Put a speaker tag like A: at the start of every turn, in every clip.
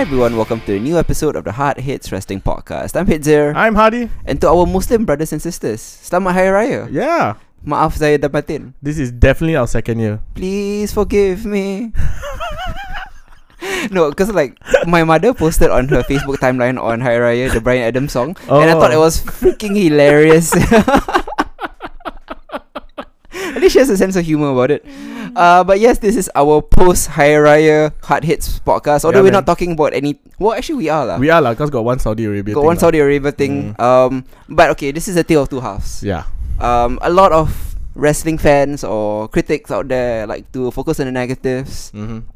A: everyone, welcome to a new episode of the Hard Hits Wrestling Podcast. I'm Hitzer.
B: I'm Hadi.
A: And to our Muslim brothers and sisters, Selamat Hari Raya.
B: Yeah.
A: Maaf saya dapatin.
B: This is definitely our second year.
A: Please forgive me. no, because like my mother posted on her Facebook timeline on Hari Raya the Brian Adams song, and I thought it
B: Oh.
A: was freaking hilarious. At least she has a sense of humor about it. Uh, but yes, this is our post Hari Raya hard hits podcast. Although
B: Yeah,
A: we're not
B: man.
A: talking about any. Well, actually, we are lah.
B: We are Mm. lah, cause got one Saudi Arabia.
A: Ah. got
B: thing
A: one
B: lah.
A: Saudi Arabia thing. Um, but okay, this is a tale of two halves
B: Yeah.
A: um, a lot of wrestling fans or critics out there like to focus on the negatives.
B: Mm-hmm.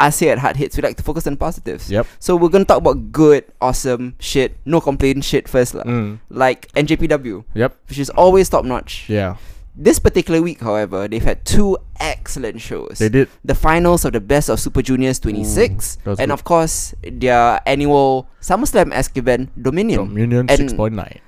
A: Us here at Hard Hits, we like to focus on positives.
B: Yep.
A: So we're gonna talk about good, awesome shit, no complaint shit first, lah.
B: Mm.
A: Like NJPW,
B: Yep.
A: which is always top notch.
B: Yeah.
A: This particular week, however, they've had two excellent shows.
B: They did.
A: The finals of the Best of Super Juniors 26,
B: that was
A: and
B: good.
A: of course their annual SummerSlam esque event, Dominion.
B: Dominion
A: And-
B: six point nine.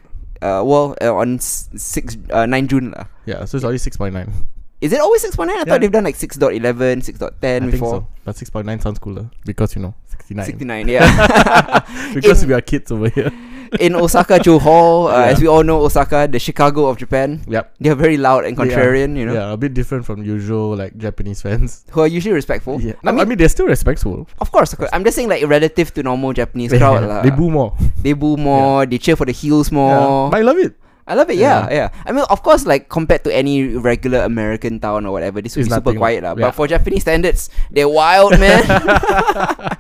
A: uh, well, uh, on s- six uh, nine June lah.
B: Yeah. So it's already six point nine.
A: Is it always 6.9? I
B: Yeah.
A: thought they've done like 6.11, 6.10
B: I think
A: before.
B: so. But six point nine sounds cooler because you know sixty nine.
A: 69, yeah.
B: Because
A: In-
B: we are kids over here.
A: In Osaka, Joe Hall, uh,
B: Yeah.
A: as we all know, Osaka, the Chicago of Japan,
B: Yep.
A: they are very loud and
B: They are.
A: contrarian, you know,
B: Yeah, a bit different from usual like Japanese fans.
A: who are usually respectful.
B: Yeah.
A: Oh. I
B: No,
A: mean,
B: they're still respectful.
A: of course, of course. I'm just saying, like, relative to normal Japanese
B: They-
A: crowd. lah.
B: they boo more.
A: They boo more, they cheer for the heels more.
B: Yeah. But I love it.
A: I love it, yeah, yeah, I mean, of course, like, compared to any regular American town or whatever, this would
B: It's
A: be super
B: nothing.
A: quiet, lah.
B: Yeah.
A: But for Japanese standards, they're wild, man.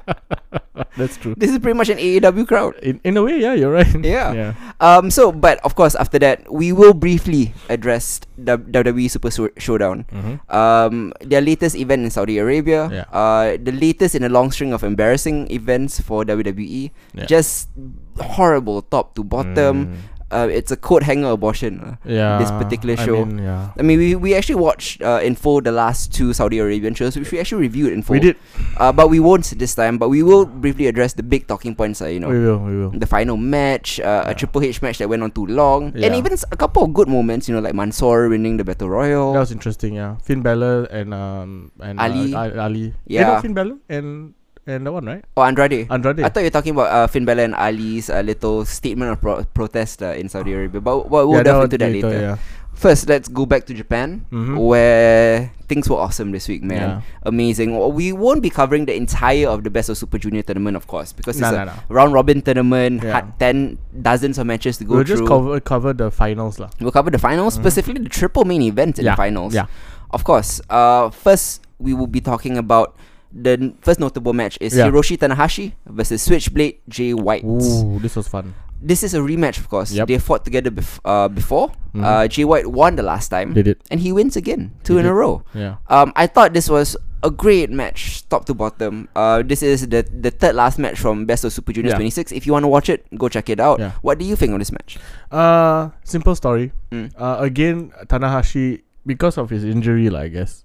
B: That's true.
A: this is pretty much an AEW crowd.
B: In, in a way, yeah, you're right.
A: Yeah.
B: yeah.
A: Um. So, but of course, after that, we will briefly address the WWE Super Show- Showdown.
B: Mm-hmm.
A: Um, their latest event in Saudi Arabia.
B: Yeah.
A: Uh, the latest in a long string of embarrassing events for WWE.
B: Yeah. Mm.
A: Just horrible, top to bottom. Uh, it's a coat hanger abortion. uh,
B: Yeah.
A: This particular show.
B: I mean, yeah.
A: I mean, we, we actually watched uh, in full the last two Saudi Arabian shows, which we actually reviewed in full.
B: We did.
A: Uh, but we won't this time. But we will briefly address the big talking points. Uh, you know,
B: We will. We will.
A: the final match, uh, a
B: Yeah.
A: Triple H match that went on too long, and
B: Yeah.
A: even s- a couple of good moments, you know, like Mansoor winning the Battle Royal.
B: That was interesting. Yeah. Finn Balor and um and uh,
A: Ali.
B: Al- Ali. You
A: Yeah.
B: know Finn Balor and and that one right?
A: oh, Andrade.
B: Andrade.
A: I thought you were talking about uh, Finn Balor and Ali's uh, little statement of pro- protest uh, in Saudi Arabia, but we'll, we'll
B: Yeah,
A: delve
B: one
A: into that later.
B: Yeah.
A: First, let's go back to Japan,
B: Mhm.
A: where things were awesome this week,
B: Yeah.
A: man. Amazing. Well, We won't be covering the entire of the Best of Super Junior tournament, of course, because
B: Nah,
A: it's a
B: nah, nah.
A: round robin tournament,
B: Yeah.
A: had 10 dozens of matches to go
B: We'll
A: through.
B: just cover cover the finals lah.
A: We'll cover the finals, specifically the triple main event in the
B: Mm-hmm. Yeah,
A: finals.
B: yeah.
A: Of course. Uh, first, we will be talking about the n- first notable match is
B: Yeah.
A: Hiroshi Tanahashi versus Switchblade Jay White.
B: Ooh, this was fun.
A: This is a rematch, of course.
B: Yep.
A: They fought together bef- uh, before.
B: Mhm.
A: Uh, Jay White won the last time,
B: They did.
A: and he wins again, two in
B: They
A: a
B: did.
A: row.
B: Yeah.
A: Um, I thought this was a great match, top to bottom. Uh, this is the the third last match from Best of Super Juniors
B: Yeah.
A: 26. If you want to watch it, go check it out.
B: Yeah.
A: What do you think of this match?
B: Uh, simple story.
A: Mm.
B: Uh, again, Tanahashi because of his injury, lah, I guess.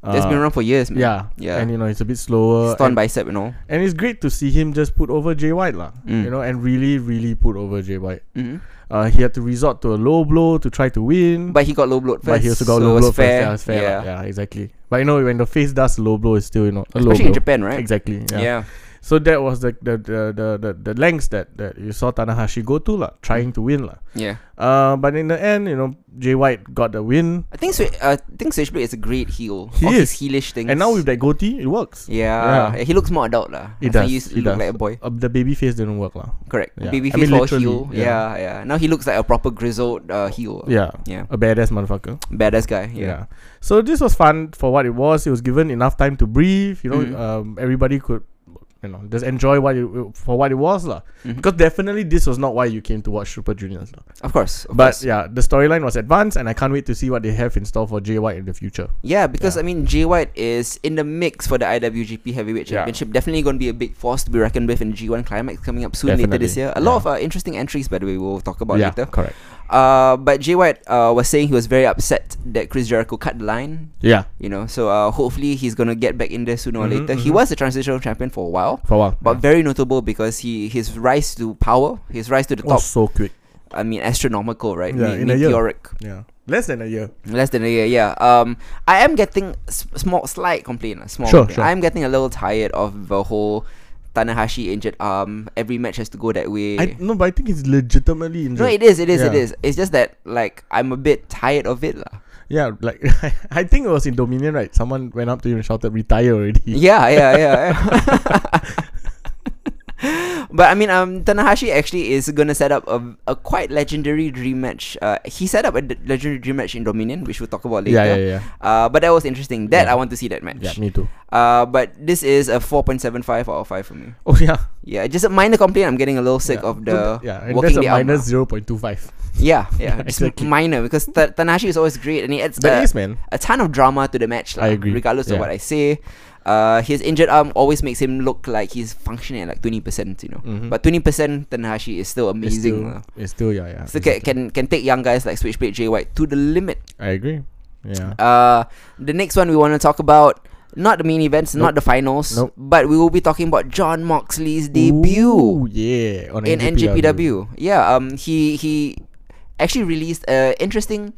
B: Uh,
A: it's been around for years, man.
B: Yeah,
A: Yeah.
B: and you know it's a bit slower.
A: Stunned
B: and-
A: bicep and all.
B: And it's great to see him just put over Jay White lah.
A: Mm.
B: You know, and really, really put over Jay White.
A: hmm
B: Uh, he had to resort to a low blow to try to win.
A: But he got low bloat first.
B: but he also got
A: so
B: low
A: it
B: blow
A: was
B: first.
A: fair.
B: Yeah, it's fair. lah. Yeah. exactly. But you know, when the face does low blow, it's still you know a low
A: Especially in
B: blow.
A: Japan, right?
B: Exactly. Yeah.
A: Yeah.
B: So that was the the the the, the, the lengths that, that you saw Tanahashi go to lah, trying to win lah.
A: Yeah.
B: Uh, but in the end, you know, Jay White got the win,
A: I think Swi- uh, I think Switchblade is a great heel.
B: He
A: of
B: is.
A: His heelish things.
B: and now with that goatee, it works.
A: yeah.
B: Yeah.
A: he looks more adult lah.
B: He
A: I think
B: does,
A: He used to
B: he
A: look
B: does.
A: like a boy.
B: Uh, the baby face didn't work lah.
A: Correct.
B: Yeah.
A: Baby
B: I
A: face
B: mean,
A: or
B: literally,
A: heel. Yeah.
B: yeah.
A: yeah, Now he looks like a proper grizzled uh, heel.
B: Yeah,
A: Yeah.
B: a badass motherfucker.
A: Badass guy. Yeah.
B: Yeah. So this was fun for what it was. It was given enough time to breathe. You know,
A: Mm.
B: um, everybody could, you know, just enjoy what it for what it was lah.
A: Mhm.
B: Because definitely this was not why you came to watch Super Juniors. lah.
A: Of course. Of
B: But
A: course.
B: yeah, the storyline was advanced, and I can't wait to see what they have in store for JY in the future.
A: Yeah, because I
B: Yeah.
A: mean Jay White is in the mix for the IWGP Heavyweight
B: Yeah.
A: Championship. Definitely going to be a big force to be reckoned with in G1 Climax coming up soon later this year.
B: Definitely.
A: A lot of uh,
B: Yeah.
A: interesting entries, by the way, we'll talk about
B: yeah,
A: later.
B: correct.
A: Uh, but Jay White uh, was saying he was very upset that Chris Jericho cut the line.
B: Yeah,
A: You know, so uh, hopefully he's gonna get back in there sooner or
B: Mhm,
A: later. He
B: mhm.
A: was a transitional champion for a while,
B: for a while.
A: but
B: yeah.
A: very notable because he his rise to power, his rise to the top.
B: was so quick.
A: I mean, astronomical, right?
B: Yeah,
A: Me-
B: in a year.
A: meteoric.
B: Yeah, less than a year.
A: Less than a year, yeah. Um, I am getting s- small, slight complaint. uh, Small.
B: Sure,
A: complaint.
B: sure.
A: I am getting a little tired of the whole Tanahashi injured arm. Every match has to go that way.
B: I no, but I think he's legitimately
A: no,
B: injured.
A: it is, it is, it
B: Yeah.
A: is. It's just that like I'm a bit tired of it, lah.
B: yeah, like I think it was in Dominion, right? Someone went up to him and shouted, "Retire already."
A: Yeah, yeah, yeah. yeah. but I mean, um, Tanahashi actually is gonna set up a, a quite legendary dream match. Uh, he set up a d- legendary dream match in Dominion, which we'll talk about later.
B: yeah, yeah, yeah.
A: Uh, but that was interesting. That
B: Yeah.
A: I want to see that match.
B: Yeah, me too.
A: Uh, but this is a 4.75 out of 5 for me.
B: Oh yeah.
A: Yeah, just a minor complaint. I'm getting a little sick
B: yeah.
A: of
B: So
A: the
B: th- yeah, and
A: working
B: that's a
A: the arm.
B: minus zero point two five.
A: Yeah, yeah, just
B: Exactly.
A: minor because Ta- Tanahashi is always great and he adds
B: That
A: uh,
B: is man.
A: a ton of drama to the match.
B: I
A: lah,
B: agree.
A: Regardless of
B: Yeah.
A: what I say, uh, his injured arm always makes him look like he's functioning at like twenty percent. You know,
B: Mhm.
A: but twenty percent Tanahashi is still
B: It's
A: amazing.
B: still,
A: lah.
B: it's still yeah yeah.
A: Still ca- can
B: exactly.
A: can take young guys like Switchblade Jay White to the limit.
B: I agree. Yeah.
A: Uh, the next one we want to talk about. Not the main events, not the finals,
B: Nope.
A: but we will be talking about John Moxley's debut
B: Ooh, yeah. On
A: in NJPW. Yeah, um, he he actually released a interesting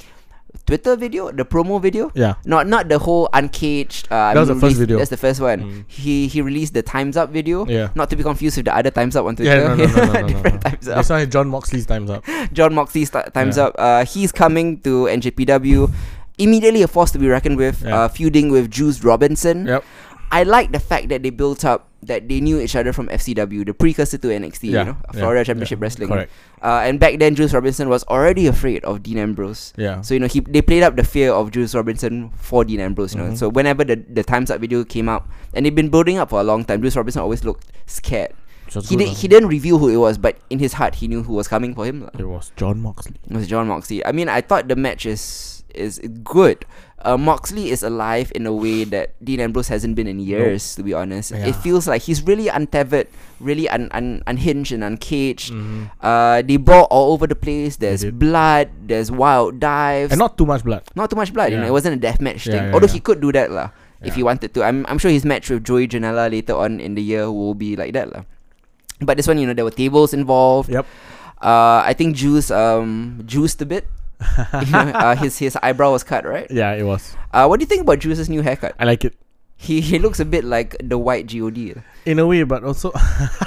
A: Twitter video, the promo video.
B: Yeah.
A: Not not the whole uncaged. Uh, I
B: That
A: mean,
B: was the first
A: released-
B: video.
A: That's the first one.
B: Mm.
A: He he released the times up video.
B: Yeah.
A: Not to be confused with the other times up on Twitter.
B: Yeah, no, no, no, no, no, no, no.
A: Different times up.
B: That's why John Moxley's time's up.
A: John Moxley st- times up.
B: Yeah.
A: Uh, he's coming to NJPW. Immediately a force to be reckoned with.
B: Yeah.
A: Uh, feuding with Juice Robinson.
B: Yep.
A: I like the fact that they built up that they knew each other from FCW, the precursor to NXT.
B: Yeah,
A: You know,
B: yeah,
A: Florida Championship
B: yeah,
A: Wrestling.
B: Correct.
A: Uh, and back then, Juice Robinson was already afraid of Dean Ambrose.
B: Yeah.
A: So you know he they played up the fear of Juice Robinson for Dean Ambrose. You know,
B: Mhm.
A: so whenever the the Times Up video came out, and they've been building up for a long time, Juice Robinson always looked scared.
B: So
A: He
B: good,
A: did,
B: uh,
A: he didn't reveal who it was, but in his heart, he knew who was coming for him. lah.
B: It was John Moxley.
A: It was John Moxley. I mean, I thought the match is is good. Uh, Moxley is alive in a way that Dean Ambrose hasn't been in years. To be honest, it
B: Yeah.
A: feels like he's really untethered, really un, un, unhinged and uncaged.
B: Mm-hmm.
A: Uh, they brawl all over the place. There's
B: did.
A: blood. There's wild dives.
B: And not too much blood.
A: Not too much blood. You know,
B: Yeah.
A: it wasn't a death match
B: Yeah,
A: thing.
B: yeah,
A: Although he
B: yeah.
A: could do that lah, if he
B: Yeah.
A: wanted to. I'm I'm sure his match with Joey Janela later on in the year will be like that lah. But this one, you know, there were tables involved.
B: Yep.
A: Uh, I think Juice um juiced a bit. You know, uh, his his eyebrow was cut, right?
B: Yeah, it was.
A: Uh, what do you think about Juice's new haircut?
B: I like it
A: He he looks a bit like the white God. lah.
B: in a way, but also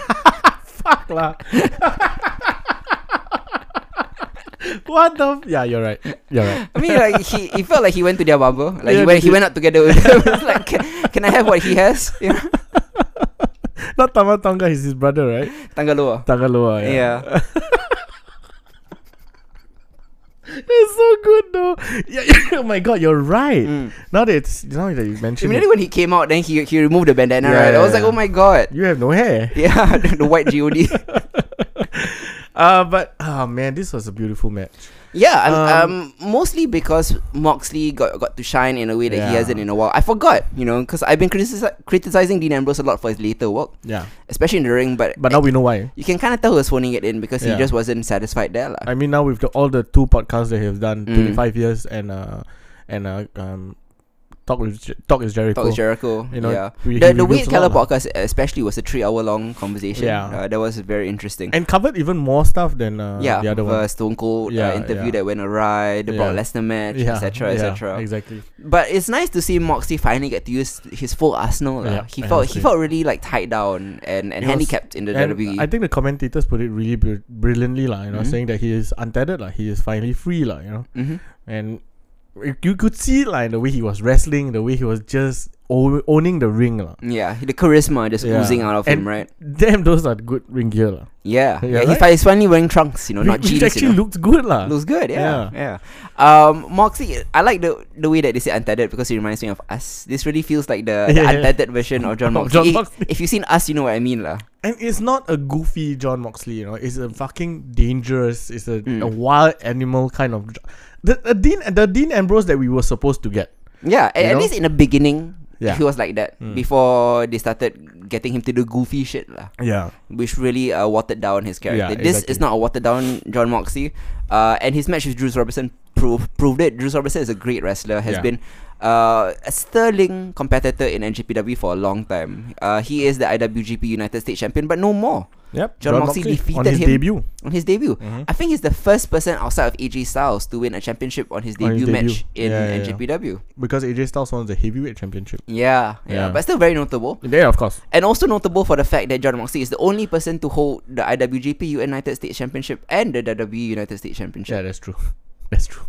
B: fuck lah. what the? F- yeah, you're right. You're right.
A: I mean, like he, he felt like he went to their barber. Like he
B: Yeah,
A: went
B: they
A: he
B: did.
A: went out together with them. It's like, can, can I have what he has? You know,
B: Not Tama Tonga. He's his brother, right?
A: Tangaloa.
B: Tagaloa.
A: Yeah.
B: Yeah. it's so good though. Yeah. oh my god, you're right.
A: Mm.
B: Now that it's, now that you mentioned it,
A: Immediately when he came out, then he he removed the bandana,
B: Yeah,
A: right? I
B: yeah,
A: was like,
B: yeah.
A: oh my god.
B: you have no hair.
A: Yeah, the, the white God.
B: Uh, but oh man, this was a beautiful match.
A: yeah, um, um,
B: Um,
A: mostly because Moxley got got to shine in a way that he
B: Yeah.
A: hasn't in a while. I forgot, you know, because I've been critici- criticizing Dean Ambrose a lot for his later work,
B: Yeah,
A: especially in the ring. But
B: but now we know why.
A: you can kind of tell he was phoning it in because he
B: Yeah.
A: just wasn't satisfied there, lah.
B: I mean, now with the, all the two podcasts that he has done,
A: Mm.
B: twenty five years and uh and uh um, talk with Jer- talk is Jericho.
A: Talk to Jericho,
B: You know,
A: yeah.
B: we-
A: The
B: he
A: the Wade
B: reveals a
A: Keller
B: lot,
A: podcast especially was a three hour long conversation.
B: Yeah.
A: uh, that was very interesting.
B: and covered even more stuff than uh,
A: yeah,
B: the other
A: of, uh,
B: one.
A: Stone Cold uh,
B: Yeah,
A: interview
B: yeah.
A: that went awry, the Brock
B: Yeah.
A: Lesnar match,
B: Yeah,
A: etc.,
B: yeah,
A: etc.
B: Exactly.
A: But it's nice to see Moxie finally get to use his full arsenal. lah.
B: Yeah,
A: he felt he
B: honestly.
A: felt really like tied down and, and
B: It was-
A: handicapped in the E.
B: And
A: WWE.
B: I think the commentators put it really br- brilliantly, like, You know,
A: Mhm.
B: saying that he is untethered, like he is finally free, like, You know,
A: Mhm.
B: and you- you could see like the way he was wrestling, the way he was just o- owning the ring, like.
A: Yeah, the charisma just
B: Yeah.
A: oozing out of him,
B: And-
A: right?
B: Damn, those are good ring gear, lah.
A: Yeah, yeah. He
B: Yeah, right?
A: fi- he's finally wearing trunks, you know,
B: Whi-
A: not
B: which
A: jeans. you
B: actually
A: know.
B: looked good, lah.
A: looks good, yeah, yeah. Um, Moxie, I like the the way that they say untethered because it reminds me of us. This really feels like the, the
B: Yeah, yeah.
A: untethered version of John
B: Of
A: Moxley.
B: Jon
A: If-
B: Moxley.
A: If, you've seen us, you know what I mean, lah.
B: And it's not a goofy John Moxley, you know. It's a fucking dangerous. It's a,
A: Mm.
B: a wild animal kind of. jo- The, the Dean, the Dean Ambrose that we were supposed to get.
A: Yeah, a-
B: You
A: at
B: know?
A: least in the beginning,
B: Yeah.
A: he was like that
B: Mm.
A: before they started getting him to do goofy shit, lah.
B: Yeah.
A: which really uh, watered down his character.
B: Yeah,
A: This
B: exactly.
A: is not a watered down John Moxley, uh, and his match with Drew Robertson proved proved it. Drew Robertson is a great wrestler, has
B: Yeah.
A: been uh, a sterling competitor in NJPW for a long time. Uh, he is the IWGP United States Champion, but no more.
C: Yep.
A: John, Moxley,
B: on
A: defeated
B: his
A: him Mm-hmm.
B: debut.
A: on his debut.
B: Mm-hmm.
C: Mhm.
A: I think he's the first person outside of AJ Styles to win a championship on his
B: On his
A: debut match
B: debut.
A: in
B: Yeah, yeah, yeah.
A: NJPW.
B: Because AJ Styles won the heavyweight championship.
A: Yeah, yeah,
B: Yeah.
A: but still very notable.
B: Yeah, of course.
A: And also notable for the fact that John Moxley is the only person to hold the IWGP United States Championship and the WWE United States
B: Yeah,
A: Championship.
B: that's true. That's true.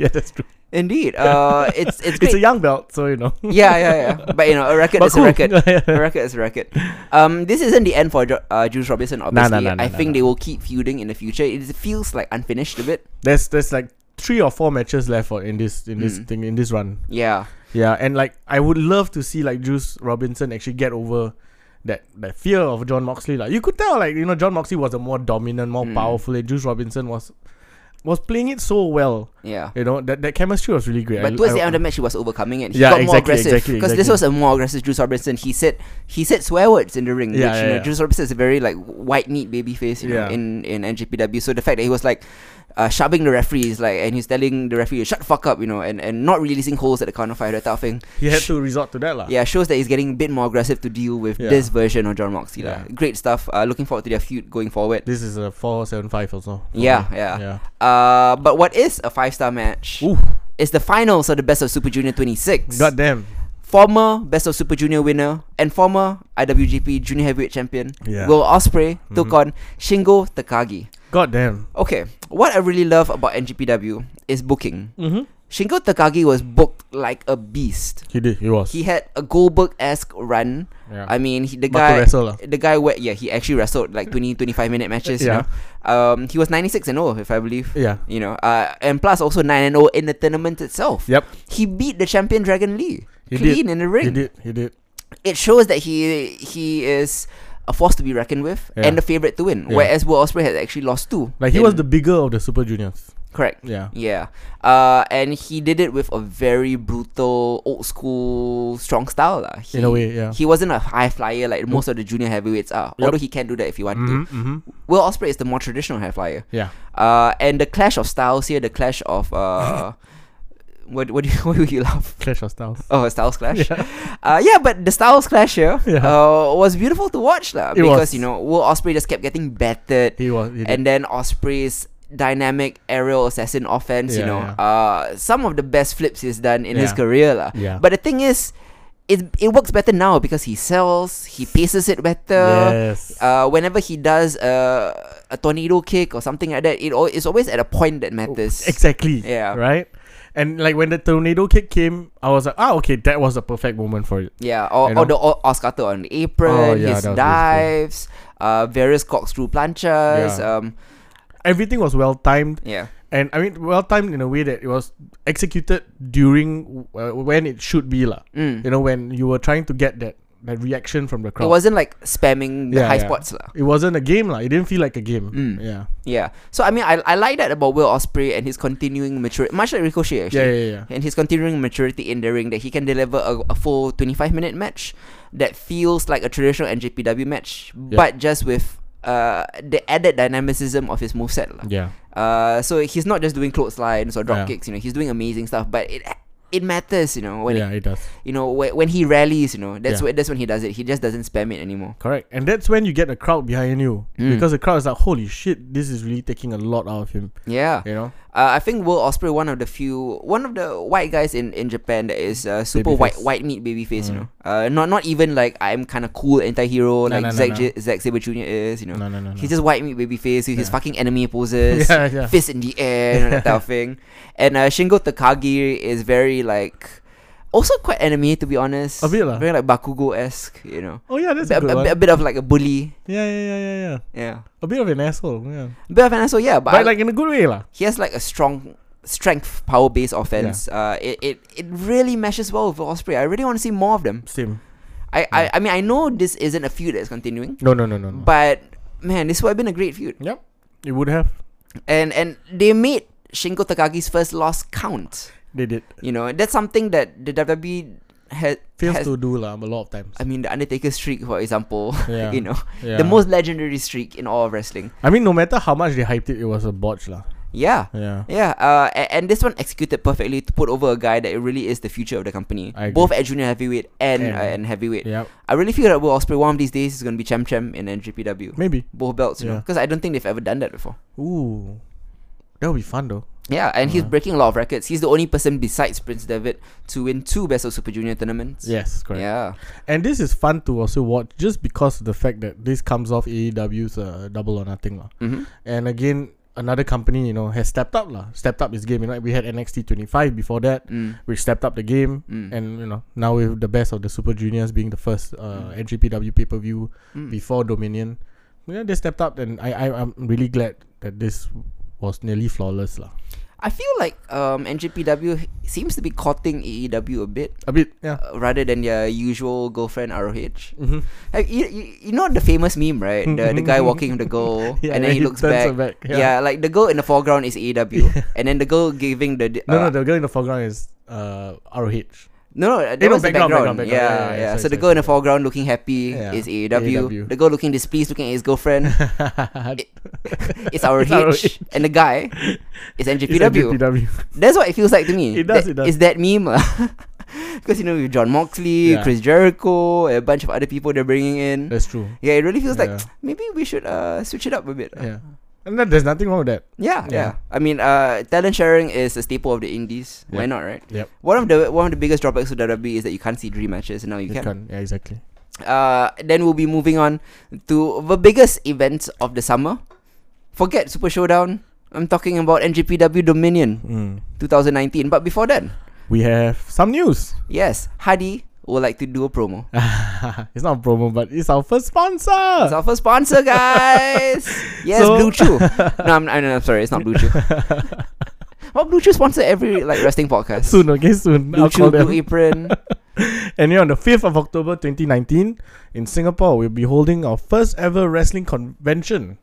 B: Yeah, that's true.
A: Indeed, uh, it's it's
B: It's a
A: great.
B: young belt, so you know.
A: yeah, yeah, yeah. But you know, a record is
B: But
A: a
B: cool.
A: record. a record is a record. Um, this isn't the end for jo- uh, Juice Robinson.
B: nah,
A: Obviously,
B: nah, nah,
A: I
B: nah,
A: think
B: nah.
A: they will keep feuding in the future. It is- feels like unfinished a bit.
B: There's there's like three or four matches left for in this in this
A: Mm.
B: thing in this run.
A: Yeah,
B: Yeah, and like I would love to see like Juice Robinson actually get over that that fear of John Moxley. Like you could tell, like you know, John Moxley was a more dominant, more
A: Mm.
B: powerful. And Juice Robinson was was playing it so well.
A: yeah.
B: You know that that chemistry was really great.
A: But
B: I-
A: towards the
B: I-
A: end of the match, he was overcoming it. He
B: Yeah,
A: got more
B: exactly,
A: aggressive
B: exactly,
A: this
B: exactly.
A: was a more aggressive Juice Robinson. He said he said swear words in the ring,
B: Yeah,
A: which
B: yeah,
A: you know,
B: yeah.
A: Juice Robinson is a very like white meat baby face, you know,
B: Yeah.
A: in in NJPW. So the fact that he was like uh, shoving the referee is like, and he's telling the referee shut the fuck up, you know, and, and not releasing holes at the counter fire, that type of thing.
B: he had to resort to that, lah.
A: Yeah, shows that he's getting a bit more aggressive to deal with
B: Yeah.
A: this version of John Moxley. lah.
B: Yeah.
A: Great stuff. Uh, looking forward to their feud going forward.
B: This is a four seven five also.
A: Yeah, yeah. Uh, but what is a five star match?
B: Ooh.
A: It's the finals of the Best of Super Junior 26.
B: God damn.
A: former Best of Super Junior winner and former IWGP Junior Heavyweight Champion
B: Yeah.
A: Will Osprey took
B: Mhm.
A: on Shingo Takagi.
B: God damn.
A: Okay, what I really love about NGPW is booking.
B: Mm-hmm.
A: Shingo Takagi was booked like a beast.
B: He did. He was.
A: He had a Goldberg esque run.
B: yeah.
A: I mean, he, the
B: But to
A: guy.
B: wrestle, lah.
A: The guy, where, yeah, he actually wrestled like 20, 25 minute matches.
B: Yeah.
A: You know? um, he was 96 and 0, if I believe.
B: Yeah.
A: You know, uh, and plus also 9 and 0 in the tournament itself.
B: Yep.
A: He beat the champion Dragon Lee
B: He
A: clean
B: did.
A: in the ring.
B: He did. He did.
A: it shows that he he is a force to be reckoned with
B: Yeah.
A: and the favorite to win.
B: Yeah.
A: Whereas Will Osprey had actually lost two.
B: Like he
A: in-
B: was the bigger of the Super Juniors.
A: correct.
B: Yeah.
A: Yeah, uh, and he did it with a very brutal, old school, strong style. lah. He,
B: In a way. Yeah. Mm.
A: he wasn't a high flyer like most of the junior heavyweights are.
B: Yup.
A: Although he can do that if he wanted
B: hmm
A: to. Will Osprey is the more traditional high flyer.
B: Yeah.
A: Uh, and the clash of styles here, the clash of uh, what what do you, what do you love?
B: Clash of Styles.
A: Oh, Styles Clash. Yeah. Uh, yeah, but the Styles Clash here
B: Yeah.
A: uh, was beautiful to watch lah,
B: It
A: because
B: was.
A: you know Will Osprey just kept getting battered,
B: He was. He did.
A: and then Osprey's dynamic aerial assassin offense. you
B: Yeah,
A: know,
B: yeah.
A: uh, some of the best flips he's done in his
B: Yeah.
A: career lah.
B: yeah.
A: But the thing is, it it works better now because he sells, he paces it better.
B: yes.
A: Uh, whenever he does uh, a tornado kick or something like that, it al- it's always at a point that matters.
B: exactly.
A: Yeah.
B: Right. And like when the tornado kick came, I was like, ah, okay, that was a perfect moment for it.
A: Yeah, or,
B: You
A: or
B: know?
A: the o- Oscato on the apron,
B: Oh, yeah,
A: his
B: that was
A: dives, uh, various corkscrew planchas.
B: Yeah.
A: Um,
B: Everything was well timed,
A: yeah,
B: and I mean, well timed in a way that it was executed during uh, when it should be lah.
A: mm.
B: You know, when you were trying to get that that reaction from the crowd.
A: it wasn't like spamming the
B: Yeah,
A: high
B: yeah.
A: spots lah.
B: It wasn't a game lah. It didn't feel like a game.
A: Mm.
B: Yeah.
A: Yeah, so I mean, I, I like that about Will Osprey and his continuing maturity, much like Ricochet actually.
B: yeah. Yeah. Yeah. Yeah.
A: And his continuing maturity in the ring that he can deliver a, a full 25 minute match that feels like a traditional NJPW match,
B: Yeah.
A: but just with uh, the added dynamicism of his moveset. lah.
B: Yeah.
A: Uh, so he's not just doing clotheslines or drop
B: Yeah.
A: kicks. You know, he's doing amazing stuff. But it it matters. You know, when
B: yeah, it does.
A: you know when, when he rallies. You know, that's
B: Yeah.
A: where that's when he does it. He just doesn't spam it anymore.
B: Correct. And that's when you get a crowd behind you.
A: Mm.
B: Because the crowd is like, holy shit, this is really taking a lot out of him.
A: Yeah,
B: You know?
A: uh, I think Will Osprey one of the few one of the white guys in, in Japan that is uh, super white
B: Babyface.
A: white meat baby face. You know, uh, not not even like I'm kind of cool anti hero
B: Mm. No,
A: like
B: no, no,
A: Zack
B: no.
A: J- Zack Saber Jr. is. You know,
B: No, no, no, no.
A: he's just white meat baby face with his
B: Yeah.
A: fucking enemy poses.
B: yeah, yeah.
A: fist in the air, you know, that type of thing. And uh, Shingo Takagi is very like, also quite anime to be honest.
B: A bit lah.
A: Very like Bakugo esque, you know.
B: Oh, yeah,
A: A,
B: that's
A: bit- a,
B: a good
A: bit-
B: one.
A: a bit of like a bully,
B: Yeah, yeah, yeah, yeah, yeah.
A: yeah.
B: A bit of an asshole. Yeah.
A: A bit of an asshole, yeah. But,
B: But,
A: I-
B: like in a good way, lah.
A: he has like a strong strength power based offense. Uh, it, it it really meshes well with Osprey. I really want to see more of them.
B: Same.
A: I, I
B: Yeah.
A: I mean I know this isn't a feud that's continuing,
B: No, no, no, no, no.
A: but man, this would have been a great feud.
B: yep. It would have.
A: And and they made Shingo Takagi's first loss count.
B: They did.
A: You know, that's something that the WWE has.
B: Fails
A: has
B: to do, lah, a lot of times.
A: I mean, the Undertaker streak, for example.
B: Yeah.
A: you know,
B: yeah.
A: the most legendary streak in all of wrestling.
B: I mean, no matter how much they hyped it, it was a botch, lah.
A: Yeah.
B: Yeah.
A: Yeah, uh, a- and, this one executed perfectly to put over a guy that really is the future of the company,
B: I agree.
A: both at junior heavyweight and
B: And-
A: uh, and heavyweight.
B: Yep.
A: I really feel that Will Osprey one of these days is going to be champ champ in NGPW,
B: Maybe.
A: both belts, you know,
B: Yeah.
A: because I don't think they've ever done that before.
B: Ooh. That would be fun though.
A: Yeah, and he's
B: Uh.
A: breaking a lot of records. He's the only person besides Prince David to win two Best of Super Junior tournaments.
B: Yes, correct.
A: Yeah,
B: And this is fun to also watch just because of the fact that this comes off AEW's uh, double or nothing. lah.
A: hmm
B: And again, another company, you know, has stepped up. lah. Stepped up its game. You know, we had NXT 25 before that,
A: Mm.
B: which stepped up the game.
A: Mm.
B: And, you know, now with the best of the Super Juniors being the first uh, NGPW pay per view
A: Mm.
B: before Dominion. You know, they stepped up, and I, I, I'm really glad that this was nearly flawless. lah.
A: I feel like um, NJPW seems to be courting AEW a bit
B: A bit, yeah.
A: uh, rather than their usual girlfriend ROH.
B: Mm-hmm.
A: Like, you, you, you know the famous meme, right? The, the guy walking the girl and then he, looks
B: turns her
A: back. Yeah. like the girl in the foreground is AEW, and then the girl giving the d-
B: No, no,
A: uh,
B: the girl in the foreground is uh ROH.
A: no, no, that
B: Eh, no,
A: was the
B: background,
A: background.
B: background,
A: Yeah,
B: background. Yeah,
A: yeah.
B: yeah,
A: yeah. so the
B: sorry, sorry,
A: girl in the
B: sorry.
A: foreground looking happy
B: Yeah, E
A: is AEW.
B: AEW.
A: The girl looking displeased looking at his girlfriend is our
B: It's our
A: H, and the guy is
B: It's
A: NJPW.
B: NJPW.
A: That's what it feels like to me.
B: It does,
A: That-
B: it does.
A: It's that meme. Because, you know, with John Moxley,
B: Yeah.
A: Chris Jericho, a bunch of other people they're bringing in.
B: That's true.
A: yeah, it really feels like
B: Yeah.
A: maybe we should uh, switch it up a bit.
B: Yeah. And that, there's nothing wrong with that.
A: Yeah, yeah.
B: Yeah.
A: I mean, uh, talent sharing is a staple of the indies. Why
B: Yep.
A: not, right?
B: Yep.
A: One of the one of the biggest drawbacks to WWE is that you can't see dream matches, and now you,
B: You
A: can.
B: can. Yeah, exactly.
A: Uh, then we'll be moving on to the biggest events of the summer. Forget Super Showdown. I'm talking about NGPW Dominion
B: Mm.
A: 2019. But before then,
B: We have some news.
A: yes, Hadi would like to do a promo.
B: Ah. it's not a promo, but it's our first sponsor.
A: It's our first sponsor, guys. yes,
B: So-
A: Blue Chew. No, I'm, I'm, I'm sorry. It's not Blue Chew. well, Blue Chew sponsor every like resting podcast.
B: soon, okay, soon.
A: Blue
B: I'll
A: Chew,
B: call them.
A: Blue Apron.
B: And yeah, on the 5th of October 2019 in Singapore, we'll be holding our first ever wrestling convention,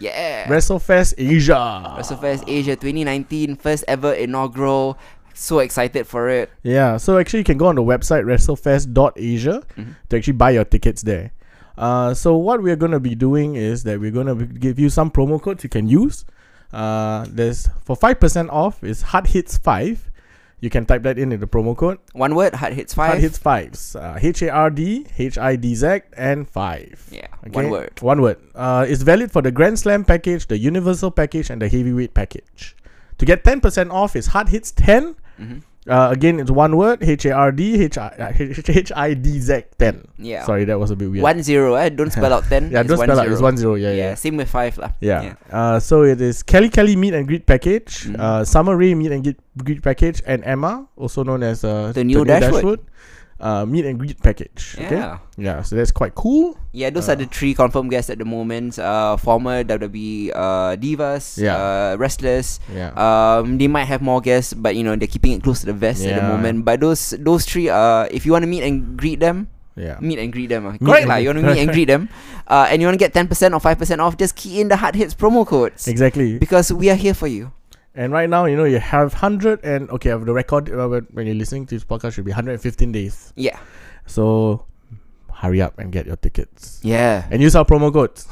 A: Yeah.
B: WrestleFest Asia.
A: WrestleFest Asia 2019, first ever inaugural. So excited for it.
B: Yeah, so actually you can go on the website wrestlefest.asia
A: Mhm.
B: to actually buy your tickets there. Uh, so what we're gonna be doing is that we're gonna be- give you some promo codes you can use. Uh, there's for five percent off is hard hits five. You can type that in in the promo code
A: One word, hard hits five.
B: hard hits fives. Uh, H A R D H I D Z and five.
A: Yeah,
B: Okay?
A: one word.
B: One word. Uh, it's valid for the Grand Slam package, the Universal package, and the Heavyweight package. To get ten percent off is hard hits ten.
A: hmm
B: Uh, again, it's one word. H A R D H I uh, H I D Z ten.
A: Yeah.
B: Sorry, that was a bit weird.
A: One zero. Eh? Don't spell out ten.
B: yeah,
A: it's
B: don't
A: one
B: spell out.
A: zero.
B: It's one zero. Yeah, yeah.
A: Same with five lah.
B: Yeah. Uh, so it is Kelly Kelly meet and greet package,
A: Mhm.
B: uh, Summer Rae meet and greet, greet package, and Emma, also known as uh,
A: The new Dashwood.
B: uh, meet and greet
A: Yeah.
B: package. Okay.
A: yeah.
B: Yeah. So that's quite cool.
A: Yeah, those are
B: Uh,
A: the three confirmed guests at the moment. Uh, former WWE uh, divas,
B: Yeah.
A: uh, wrestlers.
B: Yeah.
A: Um, they might have more guests, but you know they're keeping it close to the vest at the
B: Yeah.
A: moment. But those those three, uh, if you want to meet and greet them,
B: yeah.
A: meet and greet them. Uh.
B: Meet
A: Correct
B: and
A: lah.
B: greet.
A: You want to meet and greet them, uh, and you want to get ten percent or five percent off. Just key in the hard hits promo codes
B: Exactly.
A: because we are here for you.
B: And right now, you know, you have hundred and okay, uh, the record uh, when when you're listening to this podcast should be hundred and fifteen days.
A: Yeah,
B: So hurry up and get your tickets.
A: yeah.
B: and use our promo codes.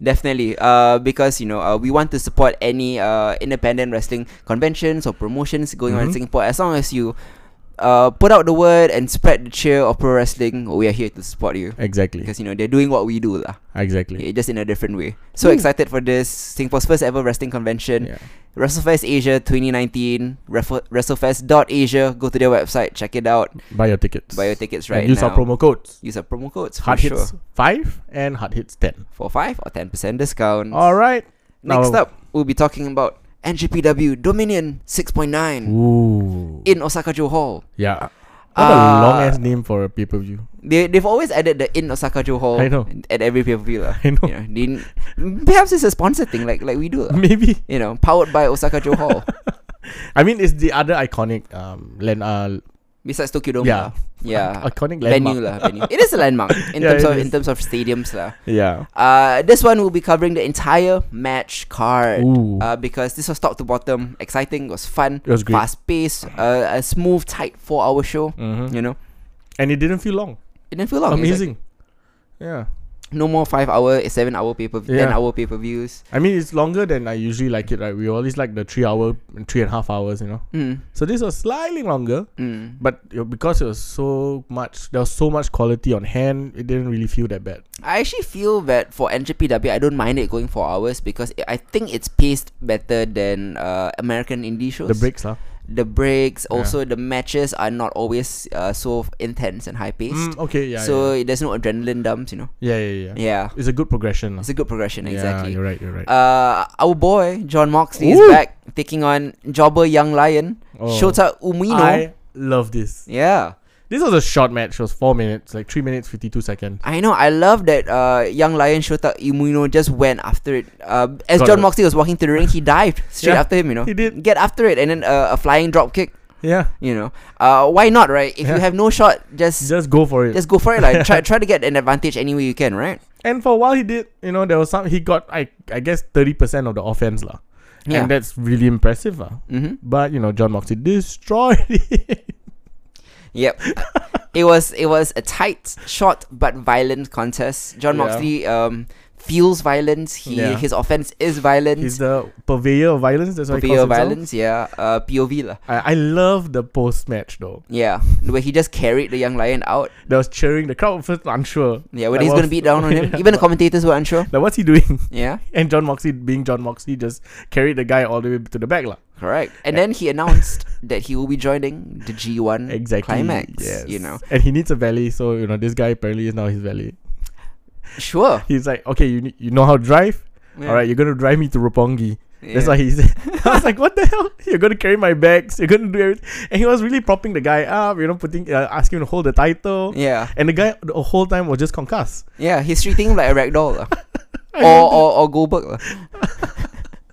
A: Definitely, uh, because you know uh, we want to support any uh, independent wrestling conventions or promotions going on in
B: Mhm.
A: Singapore. As long as you uh, put out the word and spread the cheer of pro wrestling, we are here to support you
B: Exactly.
A: because you know they're doing what we do lah,
B: Exactly.
A: Yeah, just in a different way. So
B: Ooh.
A: excited for this Singapore's first ever wrestling convention,
B: Hmm. Yeah.
A: WrestleFest Asia 2019. Refo- WrestleFest.asia. Go to their website, check it out,
B: Buy your tickets.
A: buy your tickets
B: And
A: right
B: use
A: now.
B: our promo codes.
A: Use our promo codes for
B: Hard
A: sure
B: hits five and hard hits ten.
A: for five or ten percent discount.
B: All right.
A: Next
B: Now-
A: up, we'll be talking about NGPW Dominion 6.9
B: Ooh.
A: Mm. in Osaka Joe Hall.
B: yeah. What
A: Ah.
B: a long ass name for a pay per view.
A: They, they've always added the in Osaka Joe Hall
B: I know.
A: at every pay per view. lah.
B: I know.
A: You know, they n- perhaps it's a sponsor thing like like we do. lah.
B: Maybe.
A: You know, powered by Osaka Joe Hall.
B: I mean, it's the other iconic um land. Uh,
A: Besides Tokyo Dome.
B: Yeah.
A: lah. Yeah.
B: iconic
A: Uh, Venue
B: landmark.
A: lah, venue. It is a landmark in
B: Yeah,
A: terms
B: it
A: of in
B: is.
A: terms of stadiums lah.
B: Yeah.
A: Uh, this one will be covering the entire match card.
B: Ooh.
A: uh, because this was top to bottom exciting it was fun
B: It was great.
A: fast paced uh, a smooth tight four hour show
B: Mhm.
A: you know
B: And it didn't feel long.
A: it didn't feel long It's like-
B: Amazing. yeah.
A: No more five hour, seven hour pay per ten
B: Yeah.
A: hour pay per views.
B: I mean, it's longer than I usually like it. Right, we always like the three hour, three and a half hours. You know,
A: Mm.
B: so this was slightly longer,
A: Mm.
B: but you know, because it was so much, there was so much quality on hand. It didn't really feel that bad.
A: I actually feel that for NJPW, I don't mind it going four hours because I I think it's paced better than uh, American indie shows.
B: The breaks, lah.
A: the breaks,
B: Yeah.
A: also the matches are not always uh, so intense and high paced.
B: Mm, okay, yeah.
A: so there's no adrenaline dumps, you know.
B: yeah, yeah, yeah, yeah.
A: Yeah,
B: It's a good progression.
A: it's
B: lah.
A: a good progression.
B: Yeah,
A: exactly.
B: You're right. You're right.
A: Uh, our boy John Moxley
B: Ooh.
A: is back, taking on Jobber Young Lion
B: Oh.
A: Shota Umino.
B: I love this.
A: yeah,
B: This was a short match. It was four minutes, like three minutes fifty-two seconds.
A: I know. I love that uh, Young Lion Shota Umino just went after it. Uh, as
B: Got
A: John
B: it.
A: Moxley was walking to the ring, he dived straight
B: Yeah,
A: after him. You know,
B: he did.
A: get after it, and then uh, a flying drop kick.
B: Yeah,
A: You know, uh, why not, right? If you
B: Yeah.
A: have no shot, just
B: just go for it.
A: just go for it. Like try try to get an advantage any way you can, right?
B: and for a while, he did. You know, there was some. He got, I, I guess, thirty percent of the offense, lah.
A: Yeah.
B: And that's really impressive, lah.
A: mm-hmm.
B: But you know, John Moxley destroyed it.
A: Yep. it was it was a tight, short but violent contest. John
B: Yeah.
A: Moxley um feels violence. He
B: Yeah.
A: his offense is violent.
B: He's the purveyor of violence. That's what he
A: POV
B: calls
A: violence, yeah. Uh POV lah.
B: himself. I, I love the post match though.
A: Yeah. Where he just carried the young lion out.
B: There was cheering. The crowd was unsure.
A: Yeah, when
B: Like,
A: he's
B: what-
A: gonna beat down on him.
B: Yeah,
A: Even the
B: but-
A: commentators were unsure.
B: Like, what's he doing?
A: Yeah.
B: And John Moxley, being John Moxley, just carried the guy all the way to the back, lah.
A: Correct. And then he announced that he will be joining the G one
B: Exactly.
A: Mm, climax.
B: Yes.
A: You know.
B: And he needs a valley, so you know this guy apparently is now his valley.
A: Sure.
B: He's like, okay, you ne- you know how to drive.
A: Yeah.
B: All right, you're gonna drive me to Roppongi. That's
A: Yeah.
B: why he said. I was like, what the hell? You're gonna carry my bags. You're gonna do everything. And he was really propping the guy up. You know, putting uh, asking him to hold the title.
A: Yeah.
B: And the guy the whole time was just concussed.
A: Yeah, he's treating him like a ragdoll. lah. or, or or Goldberg. lah.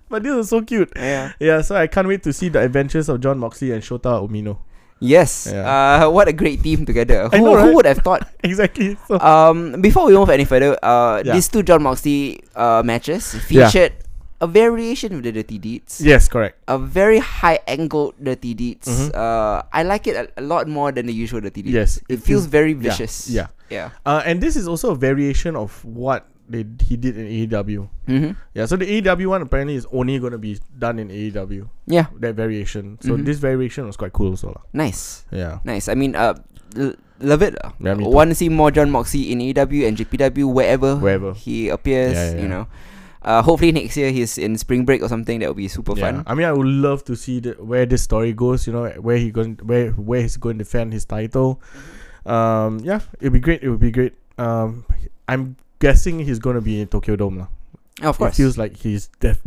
B: But this was so cute.
A: Yeah.
B: Yeah, so I can't wait to see the adventures of John Moxley and Shota Umino.
A: Yes.
B: Yeah.
A: Uh, what a great team together.
B: I
A: Who,
B: know,
A: who
B: right?
A: would have thought?
B: Exactly. So
A: Um, before we move any further, uh,
B: Yeah.
A: these two John Moxley uh, matches
B: Yeah.
A: featured a variation of the Dirty Deeds,
B: yes, correct.
A: a very high angled Dirty Deeds.
B: Mhm.
A: Uh, I like it a, a lot more than the usual Dirty Deeds.
B: Yes,
A: It,
B: it
A: feels
B: feels-
A: very
B: yeah,
A: vicious.
B: yeah.
A: Yeah.
B: Uh, and this is also a variation of what they, he did in AEW.
A: hmm
B: Yeah, so the AEW one apparently is only gonna be done in AEW.
A: Yeah.
B: That variation. So
A: Mhm.
B: this variation was quite cool also. lah.
A: Nice.
B: Yeah.
A: Nice. I mean, uh, l- love it. lah.
B: Yeah, me too.
A: Want to see more John Moxie in AEW and GPW, wherever,
B: Wherever.
A: he appears,
B: Yeah, yeah,
A: you
B: yeah.
A: know. Uh, hopefully next year he's in spring break or something. That would be super
B: Yeah.
A: fun.
B: I mean I would love to see the, where this story goes, you know, where he going where where he's going to defend his title.
A: Mm-hmm.
B: Um yeah, it'd be great, it would be great. Um I'm guessing he's gonna be in Tokyo Dome. lah.
A: of
B: It
A: course,
B: feels like he's def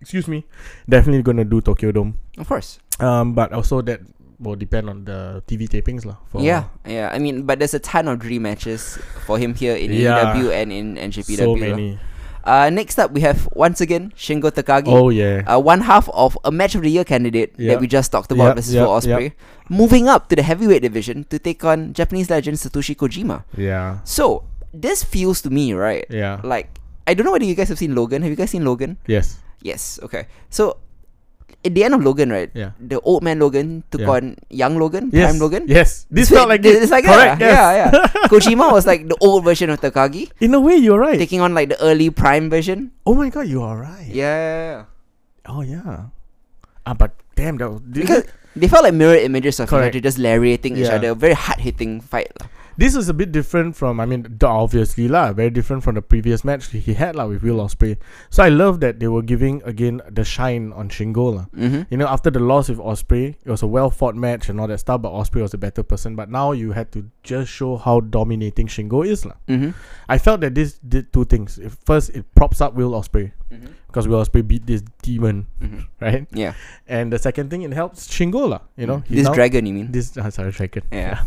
B: excuse me. Definitely gonna do Tokyo Dome.
A: of course.
B: Um but also that will depend on the TV tapings lah. for-
A: yeah, yeah. I mean, but there's a ton of dream matches for him here in
B: Yeah.
A: AEW and in NJPW.
B: So many.
A: Uh, next up we have once again Shingo Takagi.
B: Oh yeah.
A: Uh, one half of a match of the year candidate that
B: Yeah.
A: we just talked about
B: Yeah,
A: versus
B: yeah,
A: Will Osprey, moving up to the heavyweight division to take on Japanese legend Satoshi Kojima.
B: Yeah.
A: So this feels to me right
B: Yeah.
A: like I don't know whether you guys have seen Logan. Have you guys seen Logan?
B: Yes.
A: Yes. Okay. So at the end of Logan, right?
B: Yeah.
A: The old man Logan took
B: Yeah.
A: on young Logan,
B: Yes.
A: prime Logan.
B: Yes. This
A: So
B: felt like
A: it-
B: it.
A: it's like that.
B: Correct. yes.
A: Yeah, yeah. Kojima was like the old version of Takagi,
B: In a way, you're right.
A: taking on like the early prime version.
B: oh my god, you are right.
A: Yeah. yeah, yeah.
B: Oh yeah. Ah, but damn, that was, thi-
A: Because they felt like mirror images of each
B: Correct.
A: other, just lariating each
B: Yeah.
A: other. Very hard hitting fight. lah.
B: this was a bit different from. I mean, d- obviously lah, very different from the previous match he had lah with Will Osprey. So I love that they were giving again the shine on Shingo lah.
A: Mhm.
B: You know, after the loss with Osprey, it was a well fought match and all that stuff. But Osprey was a better person. But now you had to just show how dominating Shingo is lah.
A: Mhm.
B: I felt that this did two things. It- First, it props up Will Osprey
A: Mhm.
B: because Will Osprey beat this demon,
A: Mhm.
B: right?
A: Yeah.
B: And the second thing, it helps Shingo lah. You know,
A: Mm. this
B: he's now-
A: dragon, you mean?
B: This ah, sorry, dragon.
A: Yeah.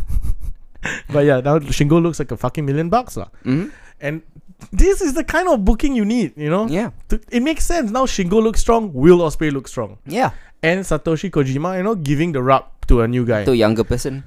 B: But yeah, now Shingo looks like a fucking million bucks lah.
A: Mhm.
B: And this is the kind of booking you need. You know,
A: Yeah.
B: To- it makes sense now. Shingo looks strong. Will Osprey looks strong.
A: Yeah.
B: And Satoshi Kojima, you know, giving the rub to a new guy.
A: to a younger person.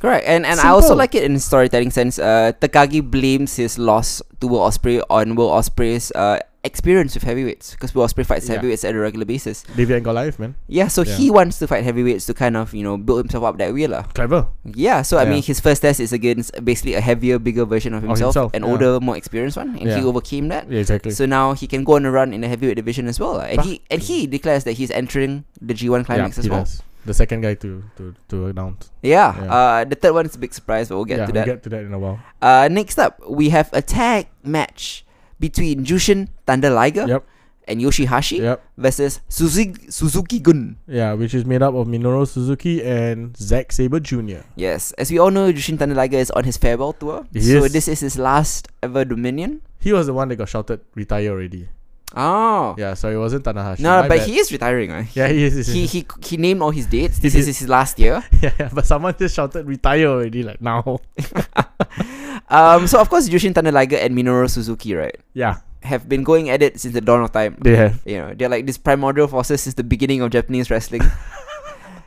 A: Correct, and and I also
B: Simple.
A: like it in storytelling sense. Uh, Takagi blames his loss to Will Osprey on Will Osprey's uh, experience with heavyweights because we Ospreay fights
B: Yeah.
A: heavyweights at a regular basis.
B: Davian Goliath, man.
A: Yeah, so
B: Yeah.
A: he wants to fight heavyweights to kind of you know build himself up that way lah.
B: Clever.
A: Yeah, so I
B: Yeah.
A: mean his first test is against basically a heavier, bigger version of
B: Of
A: himself,
B: himself,
A: an
B: yeah.
A: older, more experienced one, and he
B: Yeah.
A: overcame that.
B: Yeah, exactly.
A: So now he can go on a run in the heavyweight division as well. lah. And he
B: Fuck.
A: and he declares that he's entering the G1 climax
B: yeah,
A: as
B: he
A: well.
B: does. The second guy to to, to announce.
A: Yeah.
B: Yeah.
A: Uh, the third one is a big surprise, but we'll get
B: yeah,
A: to that.
B: We'll get to that in a while.
A: Uh, next up, we have a tag match between Jushin Thunder Liger
B: Yep.
A: and Yoshihashi
B: Yep.
A: versus Suzuki, Suzuki Gun.
B: Yeah, which is made up of Minoru Suzuki and Zack Saber Jr.
A: Yes, as we all know, Jushin Thunder Liger is on his farewell tour.
B: He
A: so
B: is.
A: this is his last ever Dominion.
B: He was the one that got shouted retire already.
A: Oh,
B: Yeah, so it wasn't Tanahashi.
A: no,
B: My
A: but
B: bad.
A: he is retiring. Uh.
B: Yeah, he is.
A: He, he he named all his dates.
B: He
A: This is
B: did.
A: his last year.
B: yeah, yeah, but someone just shouted retire already, like now.
A: Um, so of course, Jushin Thunder Liger and Minoru Suzuki, right,
B: Yeah,
A: have been going at it since the dawn of time.
B: they have.
A: you know they're like these primordial forces since the beginning of Japanese wrestling.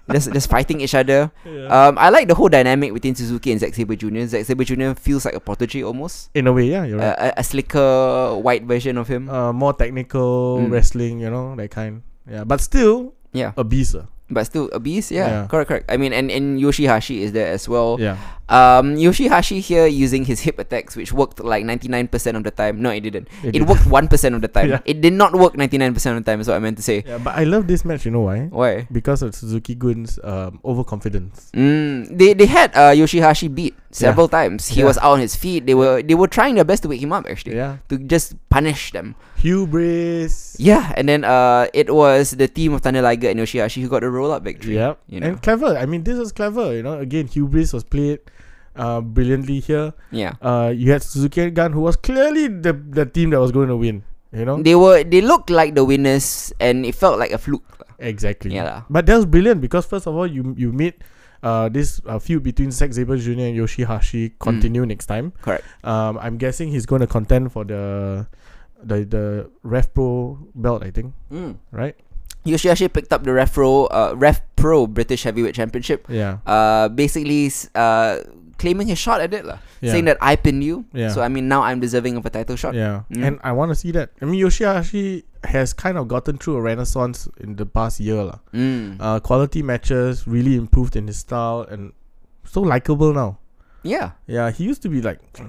A: just just fighting each other. Um, I like the whole dynamic between Suzuki and Zack Saber Jr. Zack Saber Jr. feels like a protege almost,
B: in a way, yeah, you're right.
A: uh, a, a slicker white version of him.
B: Uh, more technical
A: Mm.
B: wrestling, you know, that kind. Yeah, but still
A: yeah,
B: a beast. uh.
A: but still a beast. Yeah,
B: Yeah.
A: correct, correct. I mean, and and Yoshihashi is there as well.
B: Yeah,
A: Um, Yoshihashi here using his hip attacks, which worked like ninety nine percent of the time. No, it didn't. It,
B: did.
A: worked one percent of the time.
B: Yeah.
A: It did not work ninety nine percent of the time. Is what I meant to say.
B: Yeah, but I love this match. You know why?
A: Why?
B: Because of Suzuki Gun's um, overconfidence.
A: Mm, they they had uh, Yoshihashi beat several times. He
B: Yeah.
A: was out on his feet. They were they were trying their best to wake him up actually
B: Yeah,
A: to just punish them.
B: hubris.
A: Yeah, and then uh, it was the team of Thunder Liger and Yoshihashi who got the roll up victory.
B: Yep.
A: you know.
B: And clever. I mean, this was clever. You know, again, hubris was played uh, brilliantly here.
A: yeah.
B: Uh, you had Suzuki and Gun, who was clearly the the team that was going to win. You know,
A: They were they looked like the winners, and it felt like a fluke. lah.
B: exactly.
A: Yeah lah.
B: But that was brilliant because first of all, you you made uh, this uh, feud between Zack Saber Jr. and Yoshihashi continue
A: Mm.
B: next time.
A: Correct.
B: Um, I'm guessing he's going to contend for the the the Ref Pro belt. I think
A: Mm.
B: right.
A: Yoshihashi picked up the Refro uh, Ref Pro British Heavyweight Championship.
B: Yeah.
A: Uh, basically, s- uh, claiming his shot at it lah,
B: Yeah.
A: saying that I pinned you.
B: Yeah.
A: So I mean, now I'm deserving of a title shot.
B: Yeah,
A: Mm.
B: and I want to see that. I mean, Yoshihashi has kind of gotten through a renaissance in the past year, lah.
A: Mm.
B: Uh, quality matches really improved in his style and so likable now.
A: yeah,
B: Yeah, he used to be like,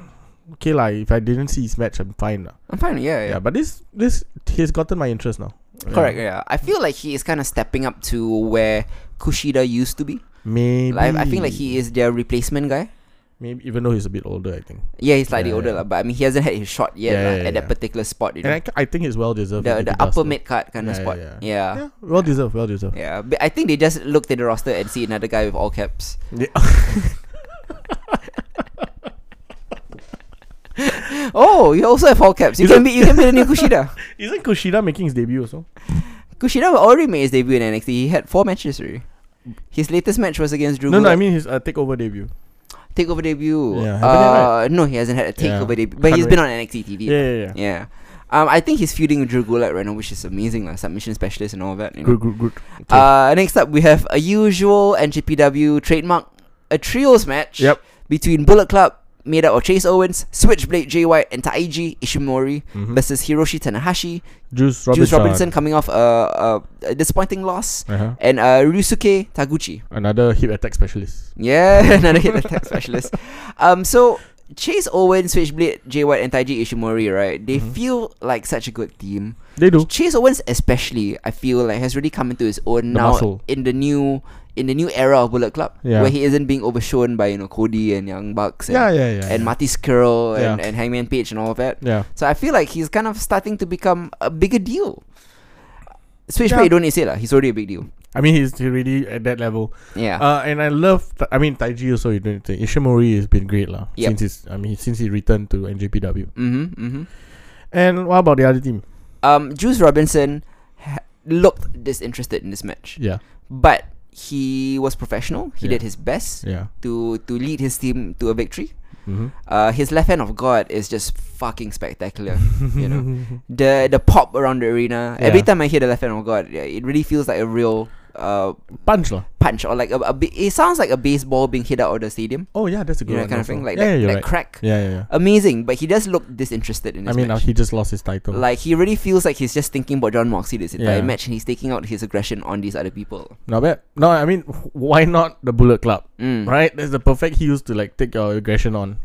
B: okay, like if I didn't see his match, I'm fine. lah.
A: I'm fine. Yeah,
B: Yeah.
A: yeah.
B: but this this he's gotten my interest now.
A: Correct,
B: Yeah.
A: yeah. I feel like he is kind of stepping up to where Kushida used to be.
B: Maybe
A: Like, I feel like he is their replacement guy.
B: maybe even though he's a bit older, I think.
A: Yeah, he's slightly
B: Yeah,
A: older,
B: yeah.
A: lah, but I mean, he hasn't had his shot yet
B: Yeah,
A: lah,
B: yeah,
A: at that
B: yeah.
A: particular spot, you
B: And
A: know.
B: I, I think it's well deserved.
A: The,
B: if
A: the
B: he does
A: upper
B: though.
A: mid card kind of
B: Yeah, yeah,
A: spot. Yeah.
B: yeah.
A: Yeah.
B: Yeah, well deserved. Well deserved.
A: But I think they just looked at the roster and see another guy with all caps. Oh, you also have all caps. You
B: Is
A: can be you can be the new Kushida.
B: Isn't Kushida making his debut also?
A: Kushida already made his debut in NXT. He had four matches already. His latest match was against Drew.
B: No, no, I
A: Gulak.
B: mean his uh, takeover debut.
A: takeover debut.
B: Yeah, haven't it,
A: uh, no, he hasn't had a
B: Yeah.
A: takeover debut, but he's
B: Can't
A: been on NXT TV.
B: Yeah, yeah, yeah.
A: Yeah. Um, I think he's feuding with Drew Gulak right now, which is amazing, like submission specialist and all that. You know?
B: Good, good, good.
A: Uh, next up we have a usual NGPW trademark, a trios match.
B: Yep.
A: Between Bullet Club, made up of Chase Owens, Switchblade Jay White, and Taiji Ishimori
B: Mhm.
A: versus Hiroshi Tanahashi,
B: Juice Robinson.
A: Juice Robinson coming off a, a, a disappointing loss,
B: Uh-huh.
A: and uh, Ryusuke Taguchi.
B: Another hip attack specialist.
A: Yeah, another hit attack specialist. Um, so Chase Owens, Switchblade Jay White, and Taiji Ishimori, right? They
B: Mhm.
A: feel like such a good team.
B: They do.
A: Chase Owens especially, I feel like has really come into his own
B: The
A: now
B: muscle.
A: in the new in the new era of Bullet Club,
B: Yeah.
A: where he isn't being overshone by you know Cody and Young Bucks and,
B: Yeah, yeah, yeah.
A: and
B: yeah.
A: Marty Skrull and,
B: Yeah.
A: and Hangman Page and all of that.
B: Yeah.
A: So I feel like he's kind of starting to become a bigger deal. Switchblade,
B: Yeah.
A: don't need to say lah. He's already a big deal.
B: I mean, he's already at that level.
A: Yeah,
B: Uh, and I love. I mean, Taiji also. You don't think Ishimori has been great, lah.
A: Yep.
B: Since he's, I mean, since he returned to NJPW.
A: mm-hmm, mm-hmm.
B: And what about the other team?
A: Um, Juice Robinson ha- looked disinterested in this match,
B: Yeah,
A: but he was professional. He
B: Yeah.
A: did his best
B: yeah.
A: to to lead his team to a victory.
B: Mm-hmm.
A: Uh, his left hand of God is just fucking spectacular. you know, the the pop around the arena. Every
B: Yeah.
A: time I hear the left hand of God, yeah, it really feels like a real uh,
B: Punch lah.
A: punch or like a, a ba- it sounds like a baseball being hit out of the stadium.
B: Oh yeah, that's a good
A: You know, that
B: one.
A: kind of
B: also.
A: thing, like
B: yeah,
A: that,
B: yeah, you're
A: that
B: right.
A: crack.
B: yeah, yeah, yeah.
A: Amazing, but he does look disinterested in
B: I
A: his
B: mean, uh,
A: match.
B: he just lost his title.
A: like he really feels like he's just thinking about John Moxley this entire
B: Yeah.
A: match, and he's taking out his aggression on these other people.
B: Not bad. No, I mean, why not the Bullet Club?
A: Mm.
B: Right? That's the perfect heels to like take your aggression on.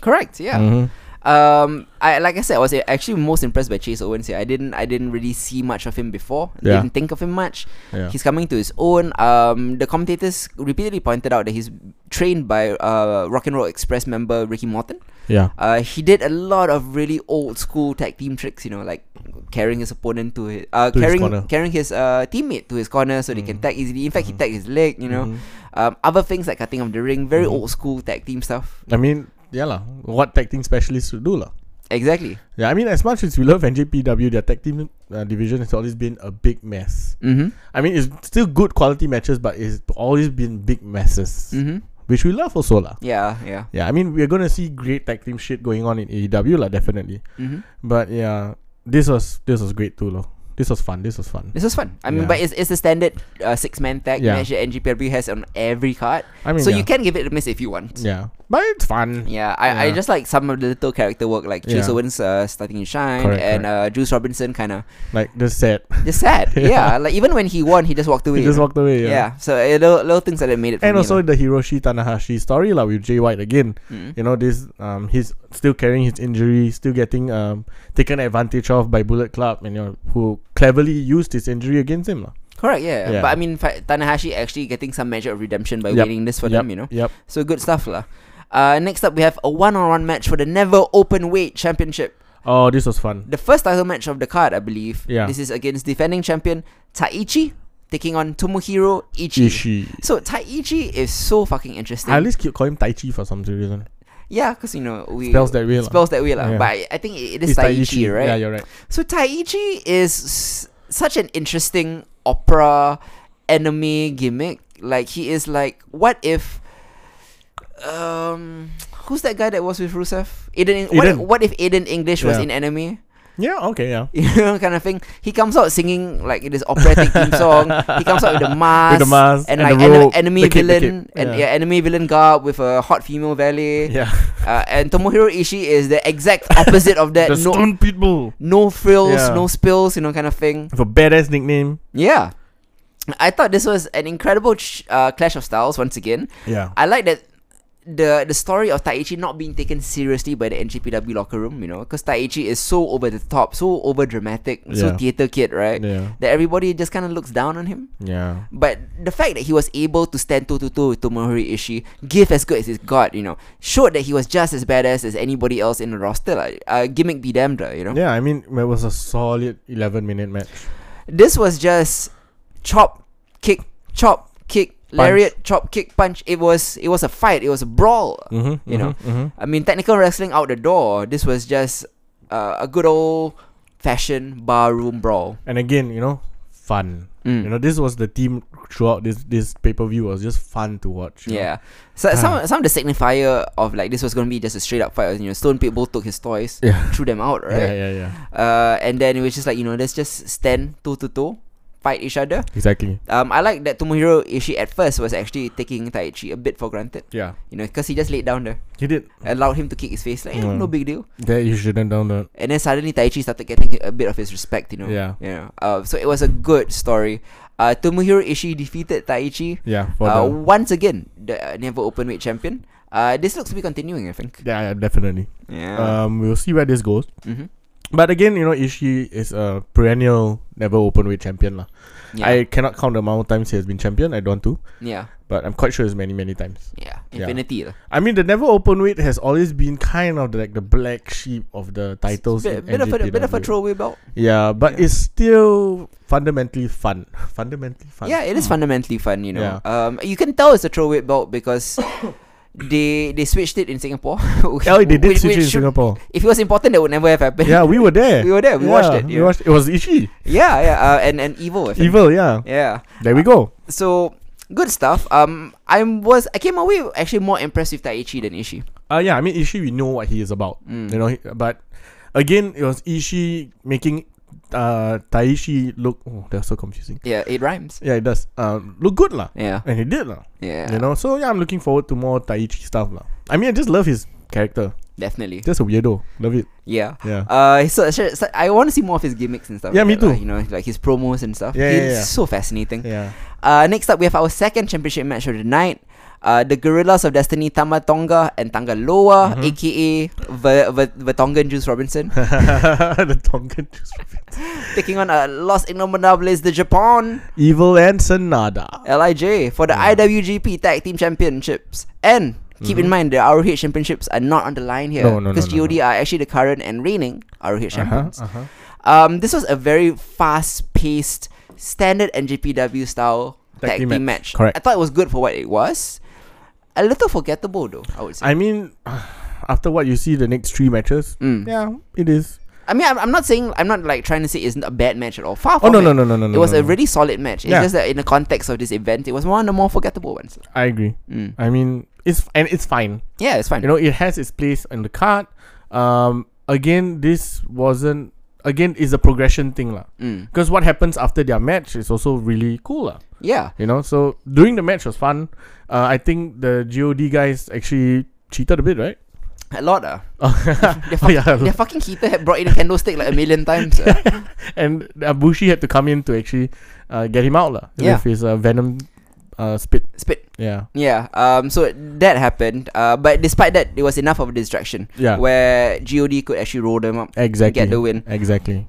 A: Correct. Yeah.
B: Mhm.
A: Um, I like I said, I was actually most impressed by Chase Owens here. I didn't, I didn't really see much of him before.
B: Yeah.
A: Didn't think of him much.
B: Yeah.
A: He's coming to his own. Um, the commentators repeatedly pointed out that he's trained by uh Rock and Roll Express member Ricky Morton.
B: yeah.
A: Uh, he did a lot of really old school tag team tricks. You know, like carrying his opponent to his, uh,
B: To his
A: carrying
B: corner.
A: carrying his uh teammate to his corner so they can
B: Mhm.
A: tag easily. In fact,
B: Mhm.
A: he tagged his leg. You know,
B: Mhm.
A: um, other things like cutting of the ring, very
B: Mhm.
A: old school tag team stuff.
B: I mean, yeah lah. What tag team specialists would do lah.
A: Exactly.
B: Yeah, I mean, as much as we love NJPW, their tag team uh, division has always been a big mess.
A: Mm-hmm.
B: I mean, it's still good quality matches, but it's always been big messes,
A: Mm-hmm.
B: which we love also lah.
A: Yeah. Yeah.
B: Yeah, I mean, we're gonna see great tag team shit going on in AEW lah, definitely.
A: Mm-hmm.
B: But yeah, this was this was great too lah. This was fun. This was fun.
A: This was fun. I mean,
B: Yeah.
A: but it's, it's a standard uh, six man tag
B: Yeah.
A: match that NGPW has on every card.
B: I mean,
A: so
B: yeah.
A: you can give it a miss if you want.
B: Yeah, but it's fun.
A: Yeah, I, I
B: Yeah.
A: just like some of the little character work, like Chase
B: Yeah.
A: Owens uh, starting to shine,
B: Correct,
A: and Uh, Juice Robinson kind of
B: Like the set,
A: just sad.
B: Yeah.
A: yeah. like even when he won, he just walked away.
B: he just walked away.
A: yeah.
B: Yeah.
A: so uh, little, little things that made it. For
B: And
A: me,
B: also
A: lah.
B: the Hiroshi Tanahashi story like with Jay White again.
A: Mm.
B: You know this um he's still carrying his injury, still getting um taken advantage of by Bullet Club and you know who cleverly used his injury against him. lah.
A: correct, yeah.
B: Yeah.
A: But I mean, fa- Tanahashi actually getting some measure of redemption by
B: Yep.
A: winning this for
B: Yep,
A: them, you know.
B: Yep.
A: So good stuff, lah. Uh, next up, we have a one-on-one match for the Never Open Weight Championship.
B: Oh, this was fun.
A: the first title match of the card, I believe.
B: Yeah.
A: This is against defending champion Taichi taking on Tomohiro Ichi.
B: Ishii.
A: So Taichi is so fucking interesting.
B: I always keep call him Tai Chi for some reason.
A: yeah, because you know we
B: Spells that way. lah.
A: spells that way lah.
B: Yeah.
A: But I, I think it, it is
B: It's
A: Taichi,
B: Taichi,
A: right?
B: Yeah, you're right.
A: So Taichi is s- such an interesting opera anime gimmick. Like he is like, what if, um, who's that guy that was with Rusev? Aiden. What, if,
B: Aiden.
A: what if Aiden English was
B: Yeah.
A: in anime?
B: Yeah, okay, yeah.
A: you know, kind of thing. He comes out singing like this operatic theme song. He comes out with a mask,
B: with the mask
A: and,
B: and,
A: like
B: the
A: an-
B: rope,
A: enemy
B: the cape, the
A: villain
B: cape.
A: and yeah.
B: yeah.
A: enemy villain garb with a hot female valet.
B: yeah.
A: Uh, and Tomohiro Ishii is the exact opposite of that.
B: the
A: no,
B: Stone Pitbull
A: no frills,
B: Yeah.
A: no spills, you know, kind of thing.
B: with a badass nickname.
A: Yeah. I thought this was an incredible ch- uh, clash of styles once again.
B: Yeah,
A: I like that the the story of Taichi not being taken seriously by the NJPW locker room, you know, because Taichi is so over the top, so over dramatic, so
B: Yeah.
A: theater kid, right?
B: yeah,
A: That everybody just kind of looks down on him.
B: yeah.
A: But the fact that he was able to stand toe to toe with Tomohiro Ishii, give as good as his god, you know, showed that he was just as badass as anybody else in the roster. Like, uh, gimmick be damned, lah, you know.
B: Yeah, I mean, it was a solid 11 minute match.
A: This was just chop, kick, chop, kick, lariat, chop, kick, punch. It was it was a fight. It was a brawl.
B: Mm-hmm,
A: You know.
B: mm-hmm.
A: I mean, technical wrestling out the door. This was just uh, a good old fashioned barroom brawl.
B: and again, you know, fun.
A: Mm.
B: You know, this was the theme throughout this this pay per view was just fun to watch. you know.
A: Yeah. So
B: Ah.
A: some some of the signifier of like this was gonna be just a straight up fight. was, You know, Stone Pitbull took his toys,
B: yeah,
A: threw them out,
B: yeah,
A: right?
B: yeah, yeah.
A: Uh, and then it was just like you know, let's just stand toe to toe, fight each other.
B: Exactly.
A: Um, I like that Tomohiro Ishii at first was actually taking Taichi a bit for granted,
B: Yeah,
A: you know, because he just laid down there,
B: he did.
A: allowed him to kick his face, like eh,
B: Mm.
A: no big deal.
B: That you shouldn't download.
A: And then suddenly Taichi started getting a bit of his respect, you know.
B: Yeah,
A: You know. Uh, so it was a good story. Uh, Tomohiro Ishii defeated Taichi
B: yeah. For
A: uh,
B: the,
A: once again, the uh, never open weight champion. Uh, this looks to be continuing, I think.
B: yeah, yeah, definitely.
A: Yeah.
B: Um, we'll see where this goes.
A: hmm
B: But again, you know, Ishii is a perennial never open weight champion lah.
A: Yeah.
B: I cannot count the amount of times he has been champion. I don't want to,
A: yeah.
B: but I'm quite sure it's many, many times.
A: Yeah.
B: Yeah.
A: Infinity. lah.
B: I mean, the never open weight has always been kind of like the black sheep of the titles.
A: Bit, bit
B: in
A: of a bit of a
B: NJPW.
A: throwaway belt.
B: Yeah, but
A: Yeah.
B: it's still fundamentally fun. fundamentally fun. Hmm.
A: Yeah, it is fundamentally fun, you know.
B: Yeah.
A: Um, you can tell it's a throwaway belt because they they switched it in Singapore. which-
B: Oh, they did
A: which-
B: switch
A: which
B: it in
A: should-
B: Singapore.
A: If it was important, that would never have happened.
B: yeah, we were there.
A: We were there, we watched it,
B: We
A: yeah.
B: watched, it was Ishii.
A: yeah, yeah. Uh, and and evil. I think.
B: Evil, yeah.
A: Yeah. Uh,
B: There we go.
A: So good stuff. Um, I was I came away actually more impressed with Taichi than Ishii.
B: Uh, yeah, I mean, Ishii, we know what he is about.
A: Mm.
B: You know, he- but again, it was Ishii making uh, Taishi look. Oh, that's so confusing.
A: Yeah, it rhymes.
B: Yeah, it does. Um, look good lah,
A: Yeah,
B: and he did lah.
A: yeah,
B: You know, so yeah, I'm looking forward to more Taichi stuff lah. I mean, I just love his character.
A: definitely.
B: Just a weirdo. Love it.
A: Yeah.
B: Yeah.
A: Uh, so, so, so I want to see more of his gimmicks and stuff.
B: Yeah,
A: like
B: me
A: that, lah,
B: too.
A: you know, like his promos and stuff.
B: Yeah, yeah,
A: it's
B: yeah.
A: so fascinating.
B: yeah.
A: Uh, next up, we have our second championship match of the night. Uh, the Gorillas of Destiny, Tama Tonga and Tanga Loa,
B: Mhm.
A: aka Ver- Ver- Vertongan Juice Robinson,
B: the Tongan juice.
A: taking on uh, Los Innominables de Japón,
B: Evil and
A: Uh,
B: Sanada.
A: LIJ, for the IWGP Tag Team Championships. And keep in mind, the ROH Championships are not on the line here.
B: Mm-hmm. No, no, no,
A: Because
B: no,
A: GOD are actually the current and reigning ROH champions.
B: uh-huh.
A: Um, this was a very fast-paced, standard NJPW style tag, team, match.
B: Correct.
A: I thought it was good for what it was. A little forgettable though, I would say.
B: I mean, after what you see the next three matches,
A: Mm.
B: yeah, it is.
A: I mean, I'm, I'm not saying I'm not like trying to say it's not a bad match at all. Far
B: Oh
A: from
B: no
A: it.
B: no no no no no.
A: It was
B: no,
A: a
B: no.
A: really solid match. It's
B: Mm. Yeah.
A: just that in the context of this event, it was one of the more forgettable ones.
B: I agree.
A: Mm.
B: I mean, it's and it's fine.
A: Yeah, it's fine.
B: You know, it has its place on the card. Um, again, this wasn't. Again, is a progression thing lah.
A: Mm.
B: Because what happens after their match is also really cool lah.
A: Yeah.
B: You know, so during the match was fun. Uh, I think the God guys actually cheated a bit, right?
A: A lot. Uh.
B: oh
A: fuck-
B: yeah,
A: Their fucking Keita had brought in a candlestick like a million times. uh.
B: and Abushi had to come in to actually uh, get him out lah
A: Yeah.
B: with his uh, venom uh, spit.
A: Spit.
B: Yeah,
A: Yeah. Um. So that happened. Uh. But despite that, there was enough of a distraction.
B: yeah,
A: where God could actually roll them up and
B: exactly,
A: get the win.
B: exactly.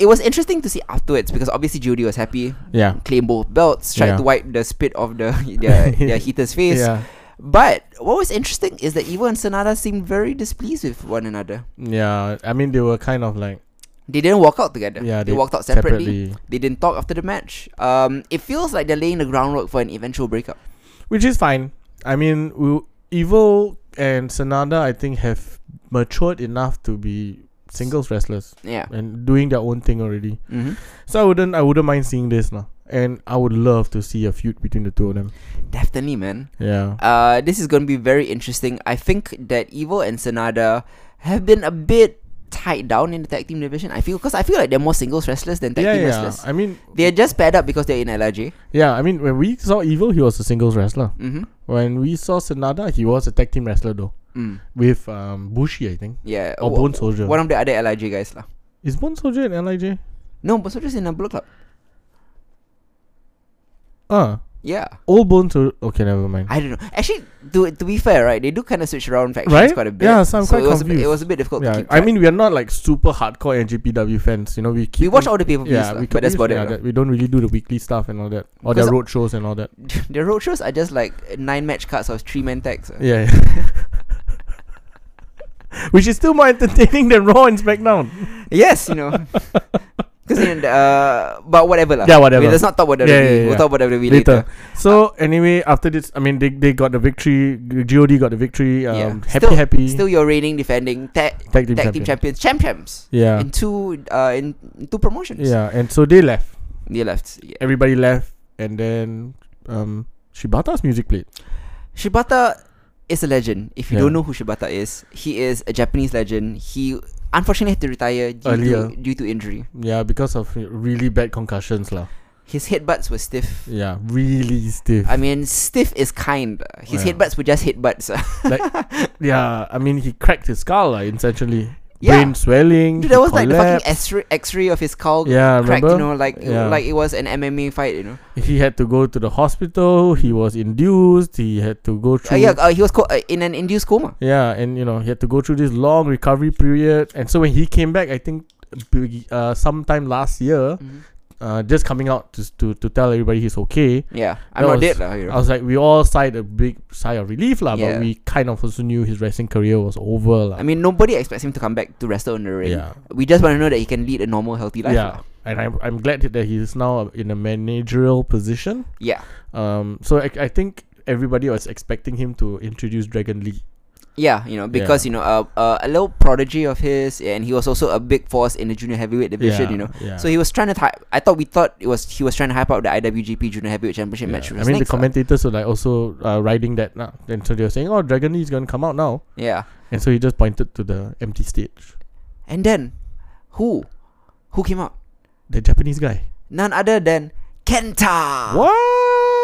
A: It was interesting to see afterwards because obviously God was happy,
B: Yeah,
A: claimed both belts, tried to
B: Yeah.
A: wipe the spit off the their, their heater's face.
B: yeah,
A: But what was interesting is that Evo and Sonata seemed very displeased with one another.
B: yeah. I mean, they were kind of like
A: They didn't walk out together.
B: yeah,
A: they, walked out separately.
B: separately,
A: They didn't talk after the match. Um, it feels like they're laying the groundwork for an eventual breakup.
B: which is fine. I mean, we, Evil and Sanada, I think, have matured enough to be singles wrestlers
A: Yeah.
B: and doing their own thing already.
A: hmm
B: So I wouldn't, I wouldn't mind seeing this now. And I would love to see a feud between the two of them.
A: Definitely, man.
B: Yeah.
A: Uh, this is going to be very interesting. I think that Evo and Sanada have been a bit tied down in the tag team division. I feel because I feel like they're more singles wrestlers than tag
B: yeah,
A: team
B: yeah.
A: wrestlers.
B: I mean,
A: They're just paired up because they're in LRJ.
B: yeah. I mean, when we saw Evil, he was a singles wrestler.
A: Mm-hmm.
B: When we saw Sanada, he was a tag team wrestler though,
A: Mm.
B: with um Bushi, I think,
A: Yeah.
B: or
A: Wh-
B: Oh, Bone Soldier.
A: One of the other LRJ guys lah.
B: Is Bone Soldier in Lij?
A: No, but so just in a blue club.
B: Ah,
A: Yeah.
B: old Bone Soldier. Okay, never mind.
A: I don't know. Actually, to to be fair, right, they do kind of switch around factions
B: Right?
A: quite a bit.
B: Yeah, so I'm quite
A: it was a bit-
B: confused.
A: it was a bit difficult to
B: yeah,
A: keep.
B: I
A: track.
B: mean, we are not like super hardcore NGPW fans. You know, we keep
A: we watch
B: them-
A: all the pay per views,
B: yeah, we
A: but that's
B: keep-
A: about
B: yeah,
A: it.
B: that- We don't really do the weekly stuff and all that, or
A: Because-
B: their road shows and all that.
A: lah. the road shows are just like nine match cards of three man tags. lah.
B: Yeah. Which is still more entertaining than Raw and SmackDown.
A: Yes, you know. Because uh, but whatever lah.
B: Yeah, whatever.
A: Wait, let's not talk about WWE.
B: Yeah, yeah, yeah,
A: We'll
B: yeah.
A: talk about WWE
B: later.
A: later.
B: So anyway, after this, I mean, they, they got the victory. God got the victory. Um,
A: Yeah.
B: Happy,
A: Still-
B: happy.
A: Still, your reigning, defending tag
B: tag team
A: tag
B: champion.
A: team champions, champions
B: Yeah,
A: in two uh in, in two promotions.
B: yeah. And so they left.
A: they left. Yeah.
B: Everybody left, and then um, Shibata's music played.
A: Shibata is a legend. If you
B: Yeah.
A: don't know who Shibata is, he is a Japanese legend. He unfortunately had to retire due
B: Earlier.
A: to due to injury.
B: Yeah, because of uh, really bad concussions, lah.
A: His headbutts were stiff.
B: Yeah, really stiff.
A: I mean, stiff is kind. His
B: Yeah.
A: headbutts were just headbutts.
B: yeah, I mean, he cracked his skull, lah. Essentially,
A: Yeah.
B: brain swelling.
A: Dude,
B: he
A: that was like the
B: collapsed.
A: fucking X-ray, X-ray of his skull
B: Yeah,
A: cracked,
B: remember?
A: you know, like
B: Yeah.
A: like it was an MMA fight, you know.
B: He had to go to the hospital. He was induced. He had to go
A: Uh,
B: through.
A: yeah, uh, he was co- uh, in an induced coma.
B: Yeah, and you know he had to go through this long recovery period, and so when he came back, I think beg- uh, sometime last year,
A: Mm-hmm.
B: uh, just coming out to to, to tell everybody he's okay.
A: Yeah, I'm
B: That
A: not
B: was-
A: dead, lah. You
B: I
A: know.
B: was like, we all sighed a big sigh of relief, lah.
A: Yeah.
B: But we kind of also knew his wrestling career was over,
A: I
B: lah.
A: mean, nobody expects him to come back to wrestle on the ring.
B: yeah,
A: We just want to know that he can lead a normal, healthy life.
B: yeah.
A: lah.
B: And I'm I'm glad that he is now in a managerial position.
A: yeah,
B: Um, so I, I think everybody was expecting him to introduce Dragon Lee.
A: yeah. You know, because
B: Yeah.
A: you know, uh, uh, a little prodigy of his, and he was also a big force in the junior heavyweight division. You know,
B: yeah.
A: so he was trying to. Ty- I thought we thought it was he was trying to hype up the IWGP Junior Heavyweight Championship
B: Yeah.
A: match. which
B: I
A: was
B: mean, the
A: next, lah.
B: commentators were like also uh, riding that now. And so they were saying, "Oh, Dragon Lee is going to come out now,"
A: Yeah,
B: and so he just pointed to the empty stage.
A: and then who, who came out?
B: The Japanese guy.
A: None other than Kenta.
B: What?
A: Ah.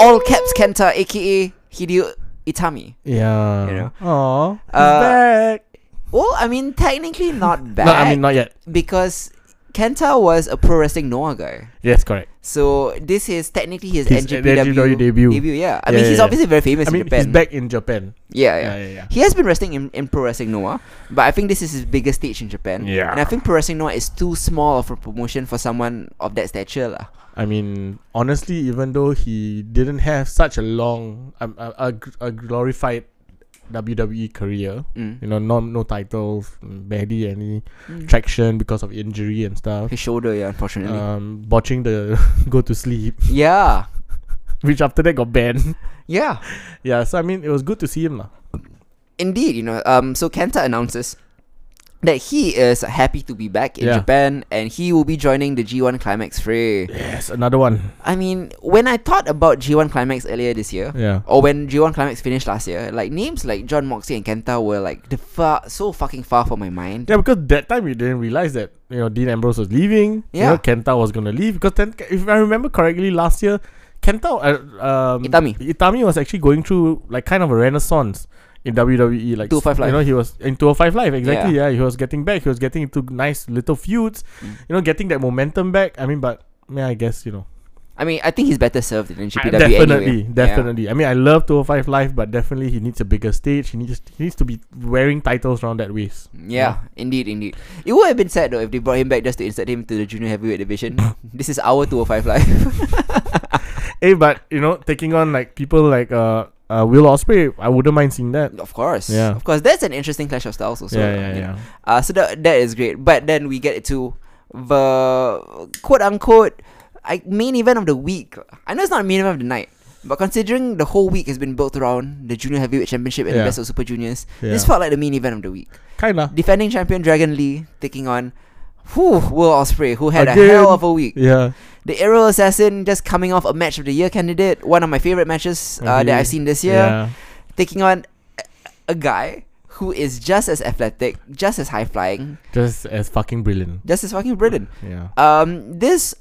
A: All caps Kenta, aka Hideo Itami.
B: Yeah.
A: You know?
B: Aww. he's
A: Uh,
B: back.
A: Well, I mean, technically not bad.
B: No, I mean not yet.
A: because Kenta was a pro wrestling Noah guy.
B: Yes, correct.
A: So this is technically his,
B: His
A: NJPW
B: NJPW debut.
A: Yeah, I
B: Yeah,
A: mean
B: yeah,
A: he's
B: yeah.
A: obviously very famous
B: I mean,
A: in Japan.
B: he's back in Japan.
A: Yeah, yeah.
B: Yeah, yeah, yeah.
A: He has been wrestling in, in Pro Wrestling Noah, but I think this is his biggest stage in Japan.
B: Yeah.
A: And I think Pro Wrestling Noah is too small of a promotion for someone of that stature. lah.
B: I mean, honestly, even though he didn't have such a long, um, a, a, gl- a glorified WWE career,
A: Mm.
B: you know, no no titles, mm, barely any
A: Mm.
B: traction because of injury and stuff.
A: His shoulder, yeah, unfortunately.
B: Um, botching the go to sleep,
A: yeah.
B: which after that got banned.
A: Yeah.
B: yeah, so I mean, it was good to see him lah.
A: Indeed, you know. Um so Kenta announces that he is happy to be back in
B: Yeah.
A: Japan and he will be joining the G1 Climax fray.
B: Yes, another one.
A: I mean, when I thought about G1 Climax earlier this year,
B: Yeah,
A: or when G1 Climax finished last year, like names like John Moxley and Kenta were like the far so fucking far from my mind.
B: yeah, because that time we didn't realize that you know Dean Ambrose was leaving.
A: Yeah.
B: you know, Kenta was gonna leave because then, if I remember correctly, last year Kenta uh, um,
A: Itami.
B: Itami was actually going through like kind of a renaissance in WWE. Like
A: 205 Live.
B: You know, he was in 205 Live, exactly. Yeah. he was getting back. He was getting into nice little feuds,
A: Mm.
B: you know, getting that momentum back. I mean, but yeah, I guess, you know.
A: I mean, I think he's better served in
B: I-
A: GPW
B: Uh, definitely,
A: anyway. Yeah.
B: definitely. I mean, I love 205 Live, but definitely he needs a bigger stage. He needs he needs to be wearing titles around that waist.
A: Yeah. indeed, indeed. It would have been sad though if they brought him back just to insert him to the junior heavyweight division. this is our 205 live.
B: Hey, but, you know, taking on like people like uh, uh Will Osprey, I wouldn't mind seeing that.
A: of course.
B: Yeah.
A: Of course, that's an interesting clash of styles also.
B: yeah,
A: you
B: yeah,
A: know.
B: yeah.
A: Uh, so that, that is great. But then we get to the quote unquote I, main event of the week. I know it's not main event of the night, but considering the whole week has been built around the Junior Heavyweight Championship and the
B: Yeah.
A: Best of Super Juniors,
B: yeah.
A: this felt like the main event of the week.
B: Kinda.
A: Defending champion Dragon Lee taking on whew, Will Ospreay, who had a
B: Again.
A: hell of a week.
B: Yeah.
A: The Aerial Assassin just coming off a match of the year candidate, one of my favorite matches uh, that
B: Agree.
A: I've seen this year taking on a, a guy who is just as athletic, just as high flying,
B: Just as fucking brilliant.
A: just as fucking brilliant.
B: Yeah.
A: Um, this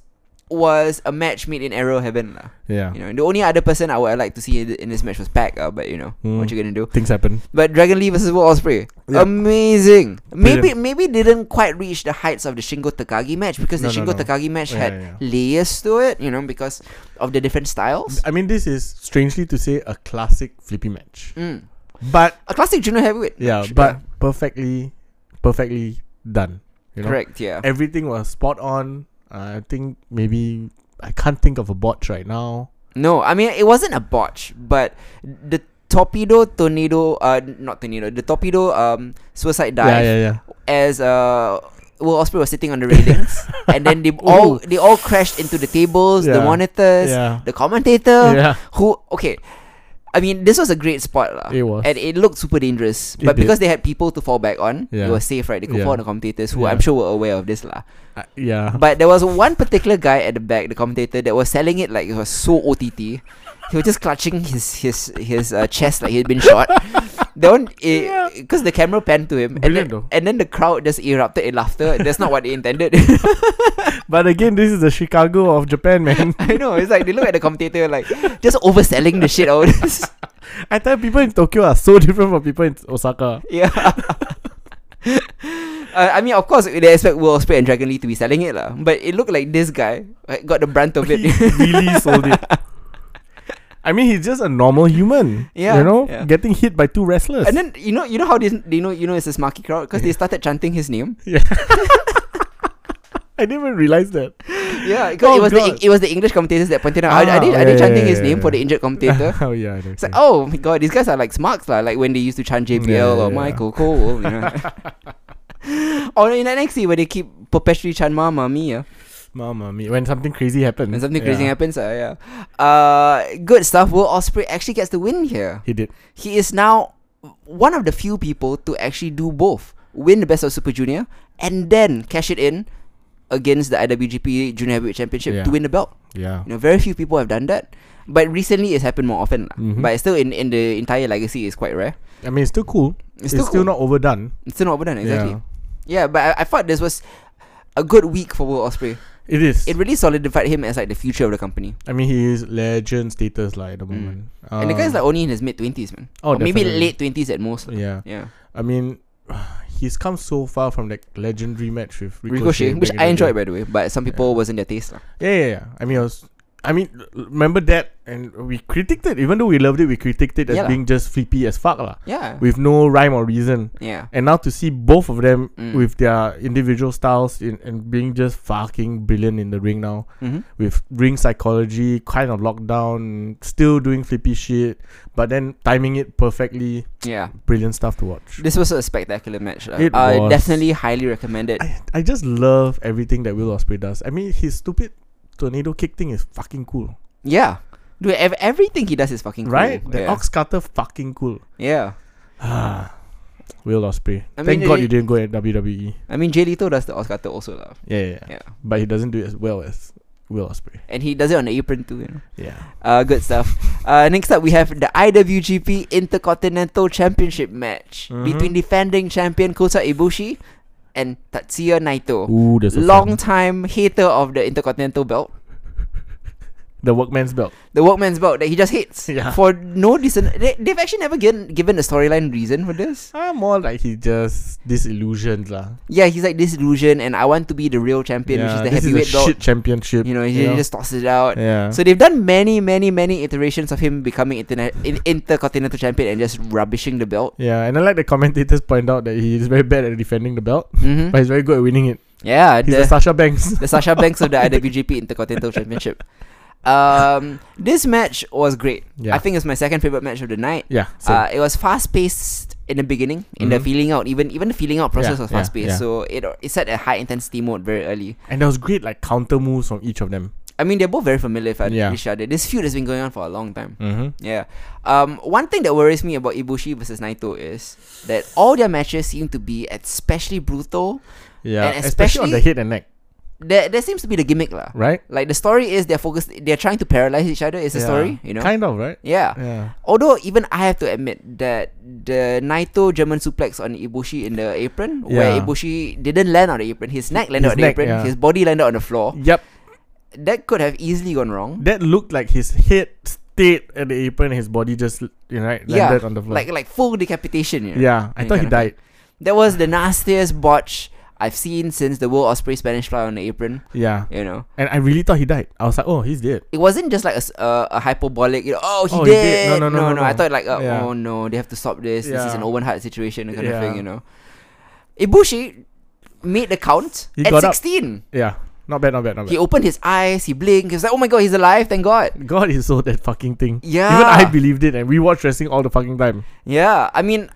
A: was a match made in arrow heaven, lah.
B: Yeah.
A: You know, the only other person I would like to see in in this match was Pac, uh, but you know
B: Mm.
A: what you're gonna do.
B: Things happen.
A: But Dragon Lee versus Will Osprey,
B: Yeah.
A: amazing. Maybe
B: Brilliant.
A: maybe didn't quite reach the heights of the Shingo Takagi match because the
B: No, no,
A: Shingo
B: no.
A: Takagi match
B: Yeah,
A: had
B: yeah,
A: layers to it, you know, because of the different styles.
B: I mean, this is strangely to say a classic flippy match,
A: Mm.
B: but
A: A classic junior heavyweight.
B: yeah,
A: match, uh,
B: but perfectly, perfectly done. You know,
A: correct, yeah.
B: everything was spot on. I think maybe I can't think of a botch right now.
A: No, I mean it wasn't a botch, but the torpedo tornado, uh, not tornado, the torpedo um suicide dive
B: Yeah, yeah, yeah.
A: as uh Will Osprey was sitting on the railings, and then they all
B: Ooh.
A: they all crashed into the tables, the
B: Yeah.
A: monitors,
B: yeah,
A: the commentator,
B: yeah.
A: who okay, I mean this was a great spot lah.
B: It was.
A: And it looked super dangerous,
B: It
A: but
B: did.
A: because they had people to fall back on,
B: Yeah.
A: it was safe, right? They could
B: Yeah.
A: fall on the commentators, who
B: Yeah.
A: I'm sure were aware of this, lah.
B: Uh, yeah.
A: But there was one particular guy at the back, the commentator, that was selling it like it was so OTT. He was just clutching his his his uh, chest like he'd been shot. That one, because the camera panned to him, and then,
B: Brilliant though.
A: and then the crowd just erupted in laughter. That's not what they intended.
B: But again, this is the Chicago of Japan, man.
A: I know. It's like they look at the commentator like just overselling the shit out. of this.
B: I tell you, people in Tokyo are so different from people in Osaka.
A: yeah. Uh, I mean, of course, they expect Will Ospreay and Dragon Lee to be selling it, lah. But it looked like this guy like, got the brunt of it.
B: he really sold it. I mean, he's just a normal human.
A: Yeah,
B: You know,
A: yeah.
B: getting hit by two wrestlers.
A: And then you know you know how they, they know you know it's a smarky crowd because they started chanting his name.
B: I didn't even realize that.
A: Yeah, because
B: Oh,
A: it was the
B: God.
A: the it was the English commentators that pointed out. are, are
B: Ah,
A: they,
B: yeah,
A: are they
B: yeah,
A: chanting
B: yeah,
A: his
B: yeah,
A: name for
B: yeah.
A: the injured commentator?
B: oh yeah, I know.
A: It's like oh my god, these guys are like smarks lah. Like when they used to chant JBL
B: yeah,
A: or
B: yeah.
A: Michael Cole, you know. Oh, or in NXT where they keep perpetually chant Mamma Mia
B: Mama me when something crazy happens.
A: when something crazy happens. Uh, yeah, uh, good stuff. Will Osprey actually gets the win here.
B: He did.
A: He is now one of the few people to actually do both win the best of Super Junior and then cash it in against the IWGP Junior Heavyweight Championship
B: Yeah.
A: to win the belt.
B: Yeah.
A: You know, very few people have done that. But recently it's happened more often. lah.
B: Mhm.
A: But it's still in, in the entire legacy is quite rare.
B: I mean, it's still cool.
A: It's still, cool.
B: not overdone.
A: it's still not overdone, exactly.
B: Yeah.
A: Yeah, but I, I thought this was a good week for Will Osprey.
B: It is.
A: It really solidified him as like the future of the company.
B: I mean, he is legend status like at the
A: Mm.
B: moment.
A: and the guy's
B: Uh,
A: like only in his mid twenties, man.
B: oh,
A: or maybe
B: definitely.
A: late twenties at most.
B: Yeah,
A: Yeah.
B: I mean, he's come so far from that legendary match with Ricochet,
A: Ricochet, which
B: back in
A: I
B: the
A: enjoyed
B: day.
A: by the way, but some people wasn't their taste. lah.
B: Yeah, yeah, yeah. I mean, I was. I mean, remember that, and we critiqued it. Even though we loved it, we critiqued it as
A: Yeah lah.
B: being just flippy as fuck lah,
A: Yeah.
B: with no rhyme or reason.
A: yeah.
B: And now to see both of them
A: Mm.
B: with their individual styles in, and being just fucking brilliant in the ring now.
A: hmm
B: with ring psychology, kind of lockdown, still doing flippy shit, but then timing it perfectly.
A: Yeah.
B: Brilliant stuff to watch.
A: This was a spectacular match. lah.
B: It
A: I
B: was.
A: definitely highly recommend it.
B: I, I just love everything that Will Osprey does. I mean, his stupid tornado kick thing is fucking cool,
A: yeah. Dude, ev- everything he does is fucking cool.
B: right? The
A: yeah.
B: ox cutter fucking cool.
A: yeah.
B: Ah, Will Osprey.
A: I
B: Thank
A: mean,
B: God
A: it-
B: you didn't go at WWE.
A: I mean, Jay Leto does the Oscar also, lah.
B: Yeah, yeah, yeah.
A: Yeah.
B: But he doesn't do it as well as Will Osprey.
A: And he does it on the apron too, you know.
B: Yeah.
A: Uh, good stuff. Uh, next up, we have the IWGP Intercontinental Championship match
B: Mhm.
A: between defending champion Kota Ibushi and Tatsuya Naito,
B: Ooh, there's a
A: Oh. long
B: fan.
A: time hater of the Intercontinental belt,
B: the workman's belt.
A: the Workman's belt that he just hates
B: Yeah.
A: for no reason. They, they've actually never given given a storyline reason for this.
B: Ah, more like he just disillusioned lah.
A: Yeah, he's like disillusioned, and I want to be the real champion, which is the
B: this
A: heavyweight
B: is a
A: belt.
B: shit championship.
A: You know, he
B: you know?
A: just tosses it out.
B: yeah.
A: So they've done many, many, many iterations of him becoming interna- in- intercontinental champion and just rubbishing the belt.
B: yeah, and I like the commentators point out that he is very bad at defending the belt,
A: hmm
B: but he's very good at winning it.
A: Yeah,
B: He's
A: the,
B: a Sasha Banks.
A: the Sasha Banks of the IWGP Intercontinental Championship. Um, this match was great.
B: Yeah.
A: I think it's my second favorite match of the night.
B: yeah. So
A: Uh, it was fast paced in the beginning, in the
B: Mhm.
A: feeling out, even even the feeling out process was
B: Yeah,
A: fast paced. So
B: yeah, yeah.
A: it it set a high intensity mode very early.
B: and there was great like counter moves from each of them.
A: I mean, they're both very familiar with
B: Yeah.
A: each other. This feud has been going on for a long time.
B: Mm-hmm.
A: Yeah. Um, one thing that worries me about Ibushi versus Naito is that all their matches seem to be especially brutal.
B: Yeah,
A: And
B: especially on the
A: especially-
B: head and neck,
A: There, there seems to be the gimmick lah.
B: right?
A: Like the story is they're focused. They're trying to paralyze each other. Is the
B: Yeah.
A: story, you know?
B: Kind of right.
A: yeah.
B: Yeah.
A: Although even I have to admit that the Naito German suplex on Ibushi in the apron, where
B: Yeah.
A: Ibushi didn't land on the apron, his neck landed
B: His
A: on the
B: neck,
A: apron,
B: yeah.
A: his body landed on the floor.
B: Yep.
A: That could have easily gone wrong.
B: That looked like his head stayed at the apron, his body just you know, right,
A: Yeah,
B: landed on the floor.
A: Like like full decapitation. You know?
B: yeah, I
A: Yeah,
B: thought
A: kinda
B: he
A: thing.
B: died.
A: That was the nastiest botch I've seen since the Will Osprey Spanish Fly on the apron.
B: Yeah,
A: You know,
B: and I really thought he died. I was like, oh, he's dead.
A: it wasn't just like a, s- uh, a hyperbolic. You know, oh he
B: Oh, he
A: did.
B: did. No, no, no, no,
A: I
B: no.
A: thought like, uh,
B: Yeah.
A: oh no, they have to stop this. This is
B: Yeah.
A: an Owen Hart situation kind of
B: Yeah.
A: thing. You know, Ibushi made the count
B: He
A: at
B: got up.
A: sixteen.
B: Yeah, not bad, not bad, not bad.
A: He opened his eyes. He blinked. He was like, oh my god, he's alive. Thank God.
B: God is so that fucking thing.
A: Yeah.
B: Even I believed it, and we watched wrestling all the fucking time.
A: Yeah. I mean,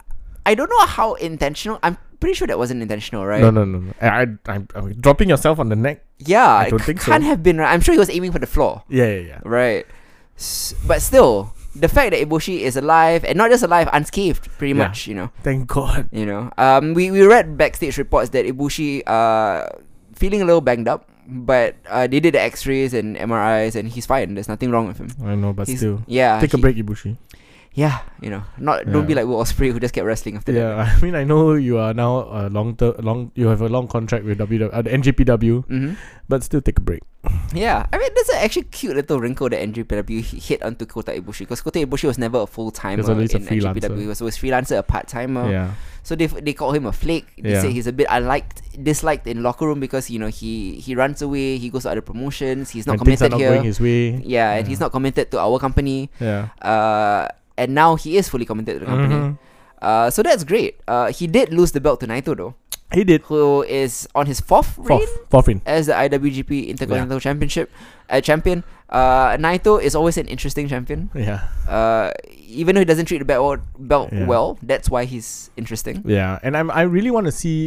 A: I don't know how intentional. I'm pretty sure that wasn't intentional, right?
B: No, no, no, no. I, I, I'm, I'm dropping yourself on the neck.
A: Yeah.
B: I
A: it
B: don't think so.
A: can't have been right. I'm sure he was aiming for the floor.
B: Yeah, yeah, yeah.
A: Right. S- but still, the fact that Ibushi is alive and not just alive, unscathed, pretty
B: Yeah.
A: much, you know.
B: Thank God.
A: You know. Um we, we read backstage reports that Ibushi uh feeling a little banged up, but uh, they did the x rays and MRIs and he's fine. There's nothing wrong with him.
B: I know, but
A: He's-
B: still.
A: Yeah.
B: Take a
A: he-
B: break, Ibushi.
A: Yeah, you know. Not don't be
B: Yeah.
A: like Will Osprey who just kept wrestling after
B: Yeah,
A: that.
B: I mean, I know you are now a long term, long. You have a long contract with WW, uh, the NJPW,
A: hmm
B: but still take a break.
A: Yeah, I mean that's an actually cute little wrinkle that NJPW h- hit onto Kota Ibushi because Kota Ibushi was never a full timer in
B: always a
A: NJPW.
B: freelancer.
A: He was always freelancer, a part timer.
B: yeah,
A: So they they call him a flake. They
B: Yeah.
A: say he's a bit unliked, disliked in locker room because you know he he runs away. He goes to other promotions. He's not
B: When things are
A: committed
B: not
A: here.
B: going his way.
A: yeah, and he's not committed to our company.
B: Yeah.
A: Uh, and now he is fully committed to the company.
B: Mhm.
A: Uh, so that's great. Uh, he did lose the belt to Naito though,
B: He did
A: who is on his fourth reign
B: fourth, fourth in.
A: as the IWGP Intercontinental Championship uh, champion. Uh, Naito is always an interesting champion.
B: Yeah,
A: Uh, even though he doesn't treat the belt belt
B: Yeah.
A: well, that's why he's interesting.
B: yeah, and I'm I really want to see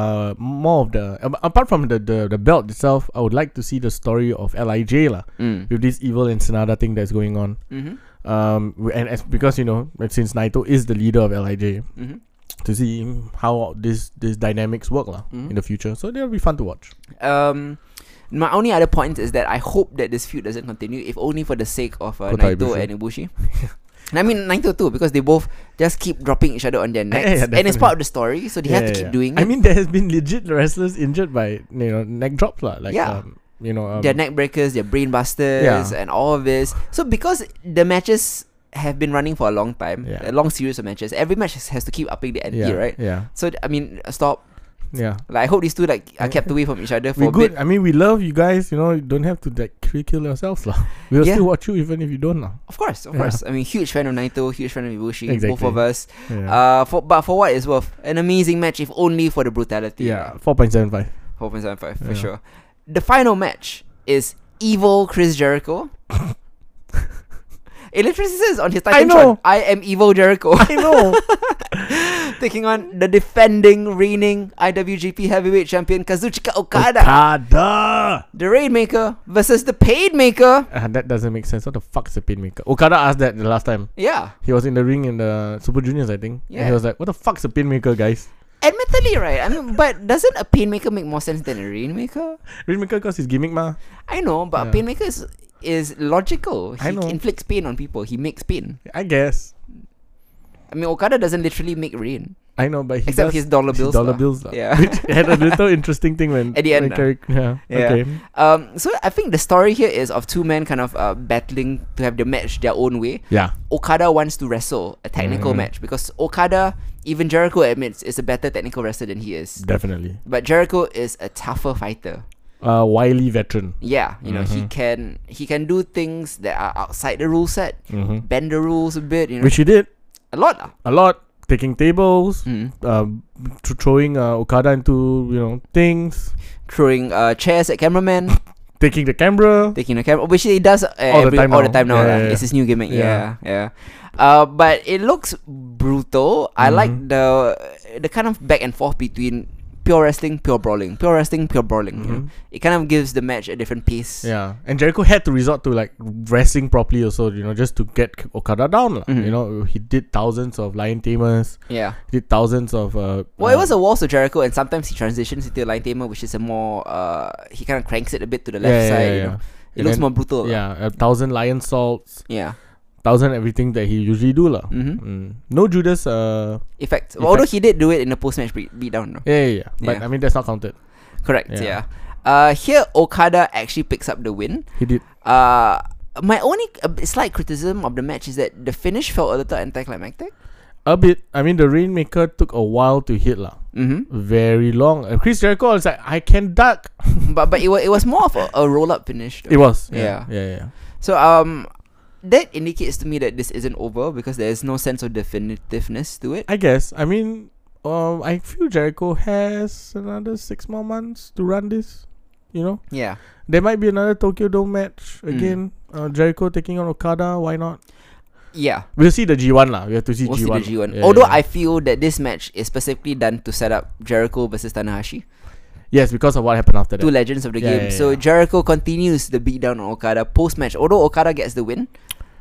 B: uh more of the um, apart from the, the the belt itself. I would like to see the story of Lij lah
A: Mm.
B: with this evil and Senada thing that's going on.
A: hmm
B: Um, w- and as, because you know, but since Naito is the leader of Lij,
A: hmm
B: to see him- how this this dynamics work lah
A: Mhm.
B: in the future, so that'll be fun to watch.
A: Um, my only other point is that I hope that this feud doesn't continue, if only for the sake of uh,
B: Kota
A: Naito
B: Ibushi.
A: and Ibushi. and I mean Naito too, because they both just keep dropping each other on their necks, and
B: yeah,
A: it's
B: definitely.
A: part of the story, so they have to keep doing
B: I
A: it.
B: mean, there has been legit wrestlers injured by you know neck drops lah, like
A: Yeah.
B: um, you know, um,
A: their neck breakers, their brain busters,
B: Yeah.
A: and all of this. So because the matches have been running for a long time,
B: Yeah.
A: a long series of matches, every match has, has to keep upping the ante,
B: yeah,
A: right?
B: Yeah,
A: So I mean, stop.
B: yeah.
A: Like I hope these two like are kept away from each other
B: We
A: for a
B: good.
A: bit.
B: I mean, we love you guys. You know, you don't have to like kill- kill yourselves, lah. We'll
A: Yeah.
B: still watch you even if you don't, lah.
A: Of course, of
B: Yeah.
A: course. I mean, huge fan of Naito, huge fan of Ibushi, both
B: Exactly.
A: of us.
B: Yeah,
A: Uh, for but for what it's worth, an amazing match, if only for the brutality.
B: yeah. Four point seven five.
A: four point seven five for
B: Yeah.
A: sure. The final match is evil Chris Jericho. it literally says on his title.
B: I know.
A: I am evil Jericho.
B: I know.
A: taking on the defending, reigning IWGP Heavyweight Champion Kazuchika Okada.
B: Okada.
A: The Rainmaker versus the Painmaker.
B: Ah, that doesn't make sense. What the fuck's a painmaker? Okada asked that the last time.
A: Yeah.
B: He was in the ring in the Super Juniors, I think. And
A: Yeah.
B: he was like, "What the fuck's a painmaker, guys?
A: Admittedly, right? I mean, but doesn't a Painmaker make more sense than a Rainmaker?
B: Rainmaker cause his gimmick, ma.
A: I know, but a
B: Yeah.
A: Painmaker is, is logical. He
B: I know.
A: inflicts pain on people. He makes pain.
B: I guess.
A: I mean, Okada doesn't literally make rain,
B: I know, but he
A: except
B: does
A: his dollar
B: his
A: bills.
B: dollar
A: lah.
B: bills, lah.
A: Yeah.
B: Which had a little interesting thing when
A: At the end, ah.
B: when Carrie- yeah.
A: Yeah.
B: Okay.
A: Um, so I think the story here is of two men kind of uh, battling to have the match their own way.
B: Yeah.
A: Okada wants to wrestle a technical
B: Mhm.
A: match because Okada, even Jericho admits, is a better technical wrestler than he is.
B: Definitely.
A: But Jericho is a tougher fighter.
B: Uh, wily veteran.
A: Yeah, you know he
B: Mm-hmm.
A: can he can do things that are outside the rule set,
B: Mm-hmm.
A: bend the rules a bit, you know,
B: Which he did
A: a lot. lah.
B: a lot, taking tables,
A: Mm.
B: um, tr- throwing uh, Okada into you know things,
A: Throwing uh, chairs at cameraman,
B: taking the camera.
A: taking the camera, which he does uh,
B: All the
A: every,
B: time
A: all the
B: now.
A: time now.
B: Yeah,
A: lah.
B: yeah,
A: It's his new gimmick. Yeah,
B: Yeah.
A: yeah. Uh, but it looks brutal. I like
B: Mhm.
A: the the kind of back and forth between pure wrestling, pure brawling, pure wrestling, pure brawling. you know.
B: Mhm.
A: It kind of gives the match a different pace.
B: Yeah, and Jericho had to resort to like wrestling properly also, you know, just to get K- Okada down. lah.
A: Mhm.
B: You know, he did thousands of lion tamers,
A: Yeah.
B: he did thousands of. Uh,
A: Well, it was a
B: uh,
A: waltz to Jericho, and sometimes he transitions into a line tamer, which is a more uh, he kind of cranks it a bit to the left
B: yeah,
A: side.
B: yeah,
A: you
B: yeah.
A: know, it
B: And
A: looks
B: then-
A: more brutal. lah.
B: Yeah, a thousand lion salts,
A: yeah.
B: thousand everything that he usually do lah.
A: Mm-hmm.
B: Mm. No Judas. Uh,
A: Effect.
B: Effect.
A: Although he did do it in the post-match beat- beatdown. though.
B: yeah, yeah, yeah. But
A: Yeah.
B: I mean, that's not counted.
A: Correct. Yeah.
B: Yeah.
A: Uh, here Okada actually picks up the win.
B: He did.
A: Uh, my only uh, slight criticism of the match is that the finish felt a little anticlimactic.
B: A bit. I mean, the Rainmaker took a while to hit, lah.
A: Mm-hmm.
B: Very long. Uh, Chris Jericho was like, I can duck.
A: but but it was it was more of a, a roll up finish.
B: It
A: Though.
B: was.
A: Yeah.
B: Yeah. Yeah. Yeah.
A: So um, that indicates to me that this isn't over because there is no sense of definitiveness to it.
B: I guess. I mean, um, I feel Jericho has another six more months to run this. You know,
A: Yeah.
B: there might be another Tokyo Dome match
A: Mm.
B: again. Uh, Jericho taking on Okada. Why not?
A: Yeah,
B: We'll see the G one lah. We have to see
A: we'll
B: G
A: see the
B: one.
A: G1. Although I feel that this match is specifically done to set up Jericho versus Tanahashi,
B: yes, because of what happened after
A: two
B: that.
A: legends of the
B: Yeah,
A: game.
B: yeah,
A: so
B: yeah.
A: Jericho continues the beatdown on Okada post match. Although Okada gets the win,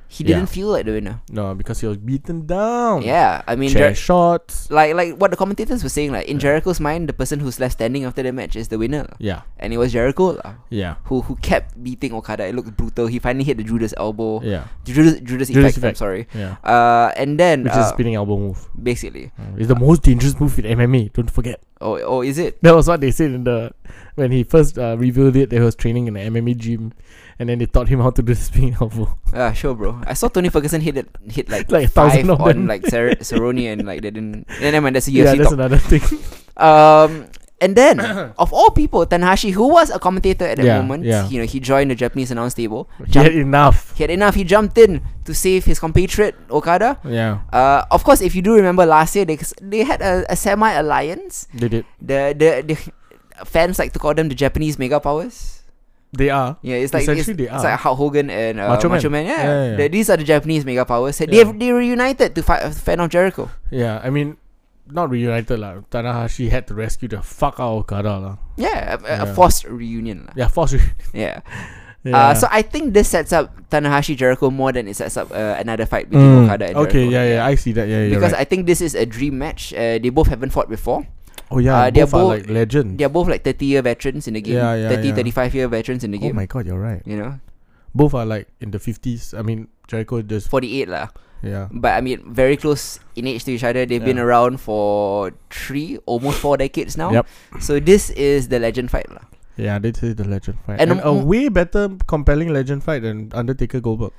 A: he
B: Yeah. Oh.
A: didn't feel like the winner.
B: No, because he was beaten down.
A: Yeah, I mean,
B: Chair
A: Jer-
B: shots.
A: like like what the commentators were saying, like in Jericho's mind, the person who's left standing after the match is the winner, lah.
B: Yeah.
A: and it was Jericho lah,
B: Yeah.
A: who who kept beating Okada. It looked brutal. He finally hit the Judas elbow,
B: Yeah.
A: Judas Judas, effect.
B: Judas
A: I'm
B: effect.
A: sorry.
B: Yeah.
A: Uh, and then
B: Which is a
A: uh,
B: spinning elbow move.
A: basically,
B: Mm, It's the most dangerous move in MMA. Don't forget.
A: oh oh, is it?
B: That was what they said in the when he first uh, revealed it. They was training in an MMA gym, and then they taught him how to do the spinning elbow.
A: Ah, sure, bro. I saw Tony Ferguson hit it, hit like,
B: Like a
A: five
B: thousand of
A: on
B: them.
A: like Ser- Cerrone and like they didn't. And never mind, that's a
B: yeah,
A: UFC
B: that's
A: talk.
B: another thing.
A: Um, and then of all people, Tanahashi, who was a commentator at that
B: Yeah,
A: moment,
B: yeah.
A: you know, he joined the Japanese announce table.
B: he
A: Jumped,
B: had enough.
A: he had enough. He jumped in to save his compatriot Okada.
B: Yeah,
A: Uh, of course, if you do remember last year, they they had a, a semi alliance.
B: they did.
A: The the the fans like to call them the Japanese mega powers.
B: They are.
A: Yeah, it's like it's,
B: Essentially, they
A: it's
B: are.
A: like Hulk Hogan and uh, Macho,
B: Macho Man.
A: Man. Yeah,
B: Yeah, yeah,
A: The-
B: yeah.
A: these are the Japanese mega powers. They
B: Yeah.
A: have, they reunited to fight a fan of Jericho.
B: Yeah, I mean, not reunited lah. Tanahashi had to rescue the fuck out of Okada lah.
A: Yeah, a, a
B: Yeah.
A: forced reunion. lah.
B: Yeah, force. Re-
A: Yeah.
B: yeah.
A: Uh, so I think this sets up Tanahashi Jericho more than it sets up uh, another fight between
B: Mm,
A: Okada and
B: okay,
A: Jericho.
B: yeah, yeah, I see that. Yeah, yeah.
A: because I
B: right.
A: think this is a dream match. Uh, they both haven't fought before.
B: oh yeah,
A: uh, they are
B: both are
A: both-
B: like legend.
A: They are both like 30 year veterans in the game.
B: Yeah, yeah,
A: 30,
B: yeah.
A: 35 year veterans in the
B: Oh
A: game.
B: my god, you're right.
A: You know,
B: Both are like in the fifties. I mean, Jericho just
A: 48 lah.
B: yeah.
A: But I mean, very close in age to each other. They've been
B: Yeah.
A: around for three, almost four decades now.
B: Yep.
A: So this is the legend fight lah.
B: Yeah, they say the legend fight,
A: And
B: and,
A: um,
B: a way better compelling legend fight than Undertaker Goldberg.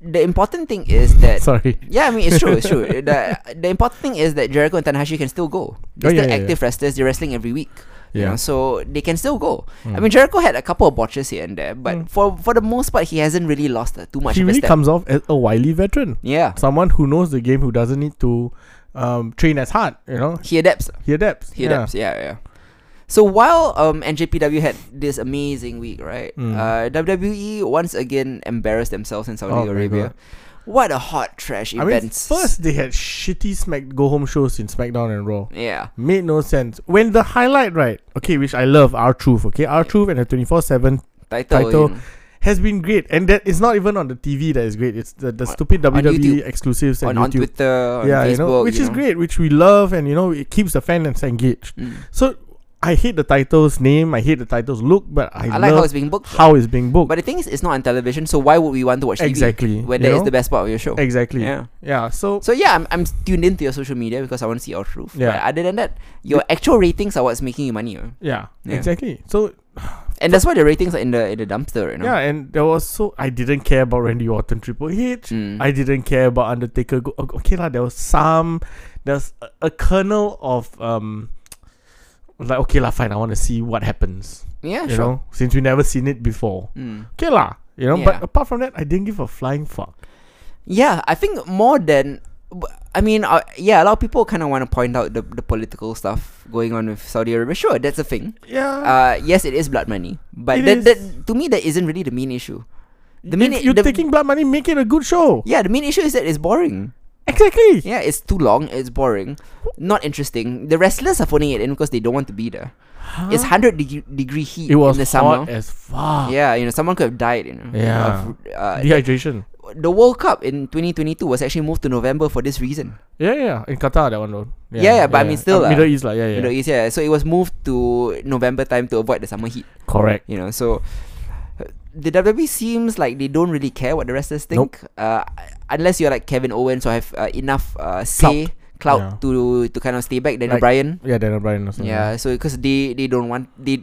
A: The important thing is that
B: Sorry.
A: Yeah, I mean it's true, it's true. The the important thing is that Jericho and Tanahashi can still go. They're
B: Oh, yeah,
A: still
B: yeah,
A: active wrestlers, they're wrestling every week. You know,
B: Yeah.
A: so they can still go. I
B: Mm.
A: mean Jericho had a couple of botches here and there, but
B: Mm.
A: for for the most part he hasn't really lost uh, too much
B: he
A: of a
B: really
A: step.
B: comes off as a wily veteran,
A: yeah.
B: someone who knows the game, who doesn't need to um, train as hard. You know,
A: He adapts.
B: he adapts.
A: He adapts, yeah, yeah. So while um NJPW had this amazing week, right?
B: Mm.
A: Uh, WWE once again embarrassed themselves in Saudi
B: Oh my
A: Arabia.
B: God.
A: What a hot trash
B: I
A: event.
B: mean, first they had shitty Smack Go Home shows in SmackDown and Raw.
A: Yeah.
B: Made no sense. When the highlight, right? Okay, which I love, our truth. Okay, our truth and the twenty four seven
A: Title, you
B: Title
A: know.
B: has been great, and that it's not even on the TV that is great. It's the, the
A: On-
B: stupid
A: on
B: WWE
A: YouTube.
B: exclusives
A: on,
B: and
A: on
B: YouTube.
A: Twitter, on
B: yeah,
A: Facebook,
B: you know, which
A: you
B: is
A: know.
B: great, which we love, and you know, it keeps the fans engaged.
A: Mm.
B: So I hate the title's name, I hate the title's look, but I,
A: I, like how
B: love
A: it's being booked.
B: how it's being booked.
A: But the thing is, it's not on television, so why would we want to watch TV
B: exactly,
A: when
B: you
A: that is
B: know?
A: the best part of your show?
B: exactly. Yeah.
A: Yeah.
B: So,
A: So yeah, I'm, I'm tuned into your social media because I want to see your truth.
B: Yeah.
A: But other than that, your actual ratings are what's making you money, you know.
B: yeah,
A: Yeah.
B: exactly. So
A: and that's why the ratings are in the in the dumpster, you know.
B: yeah, and there was so I didn't care about Randy Orton Triple H.
A: Mm.
B: I didn't care about Undertaker. Go- o- okay lah, there was some, there's a, a kernel of um, like okay lah, fine. I want to see what happens.
A: yeah,
B: you
A: sure.
B: know, since we never seen it before.
A: Mm.
B: Okay lah, you know.
A: Yeah.
B: But apart from that, I didn't give a flying fuck.
A: Yeah, I think more than. b- I mean, uh, yeah, a lot of people kind of want to point out the, the political stuff going on with Saudi Arabia. Sure, that's a thing.
B: Yeah,
A: Uh, yes, it is blood money, but
B: It
A: that,
B: is.
A: that to me that isn't really the main issue. The main
B: if
A: i-
B: you're
A: the-
B: taking blood money, make it a good show.
A: Yeah, the main issue is that it's boring.
B: Exactly.
A: Yeah, it's too long. It's boring, not interesting. The wrestlers are phoning it in because they don't want to be there. It's
B: Huh?
A: hundred degree, degree heat
B: It was
A: in the
B: hot
A: summer.
B: as fuck.
A: Yeah, you know, someone could have died. You know.
B: Yeah.
A: Of, uh,
B: Dehydration.
A: the World Cup in 2022 was actually moved to November for this reason.
B: Yeah, yeah. In Qatar, that one though.
A: Yeah, yeah, but I mean still uh, lah.
B: Middle East lah. Yeah, yeah.
A: You know, it's, yeah, so it was moved to November time to avoid the summer heat.
B: Correct.
A: You know, so uh, the WWE seems like they don't really care what the wrestlers think, uh, unless you're like Kevin Owens or have uh, enough uh, say clout
B: Yeah.
A: to to kind of stay back. Daniel
B: Like-
A: Bryan,
B: Yeah, Daniel Bryan. Also,
A: yeah. So because they they don't want they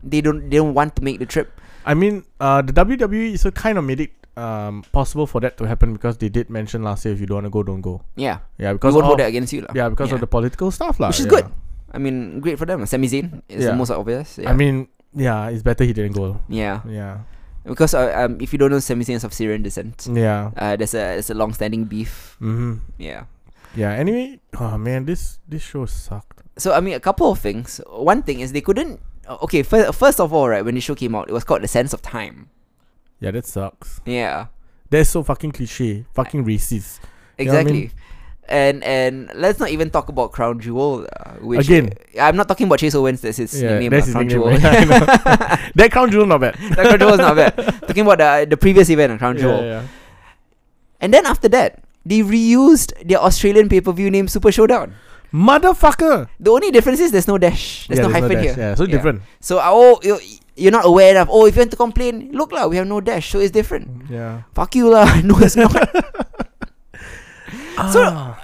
A: they don't they don't want to make the trip.
B: I mean, uh, the WWE so kind of made it um possible for that to happen because they did mention last year if you don't want to go, don't go.
A: Yeah,
B: Yeah, because
A: because won't
B: of,
A: hold that against you, lah.
B: yeah, because of
A: Yeah.
B: the political stuff lah.
A: Which is
B: yeah.
A: good. I mean, great for them. Sami Zayn is the
B: Yeah.
A: most obvious. Yeah.
B: I mean, yeah, it's better he didn't go.
A: yeah,
B: Yeah,
A: because uh, um, if you don't know, Sami Zayn is of Syrian descent.
B: yeah.
A: Uh, there's a there's a long-standing beef.
B: Mm-hmm.
A: Yeah.
B: Yeah. Anyway, oh man, this this show sucked.
A: So I mean, a couple of things. One thing is they couldn't. uh, Okay, first, first of all, right when the show came out, it was called the Sense of Time.
B: Yeah, that sucks.
A: Yeah,
B: That's so fucking cliche, fucking racist. You know what I mean?
A: exactly. And and let's not even talk about Crown Jewel, uh, which
B: Again.
A: I'm not talking about Chase Owens. That's his
B: Yeah,
A: nickname.
B: that's
A: uh,
B: his
A: Crown Jewel.
B: nickname, yeah, I know. That crown jewel not bad.
A: That Crown Jewel is not bad. Talking about the the previous event, uh, Crown Jewel.
B: yeah.
A: And then after that, they reused their Australian pay per view name Super Showdown.
B: Motherfucker.
A: The only difference is there's no dash. There's
B: yeah,
A: no hyphen
B: dash,
A: here.
B: Yeah, so different.
A: So uh, oh, you you're not aware enough. Oh, if you want to complain, look lah, we have no dash, so it's different.
B: Yeah.
A: Fuck you lah. No, it's not. So-
B: Ah.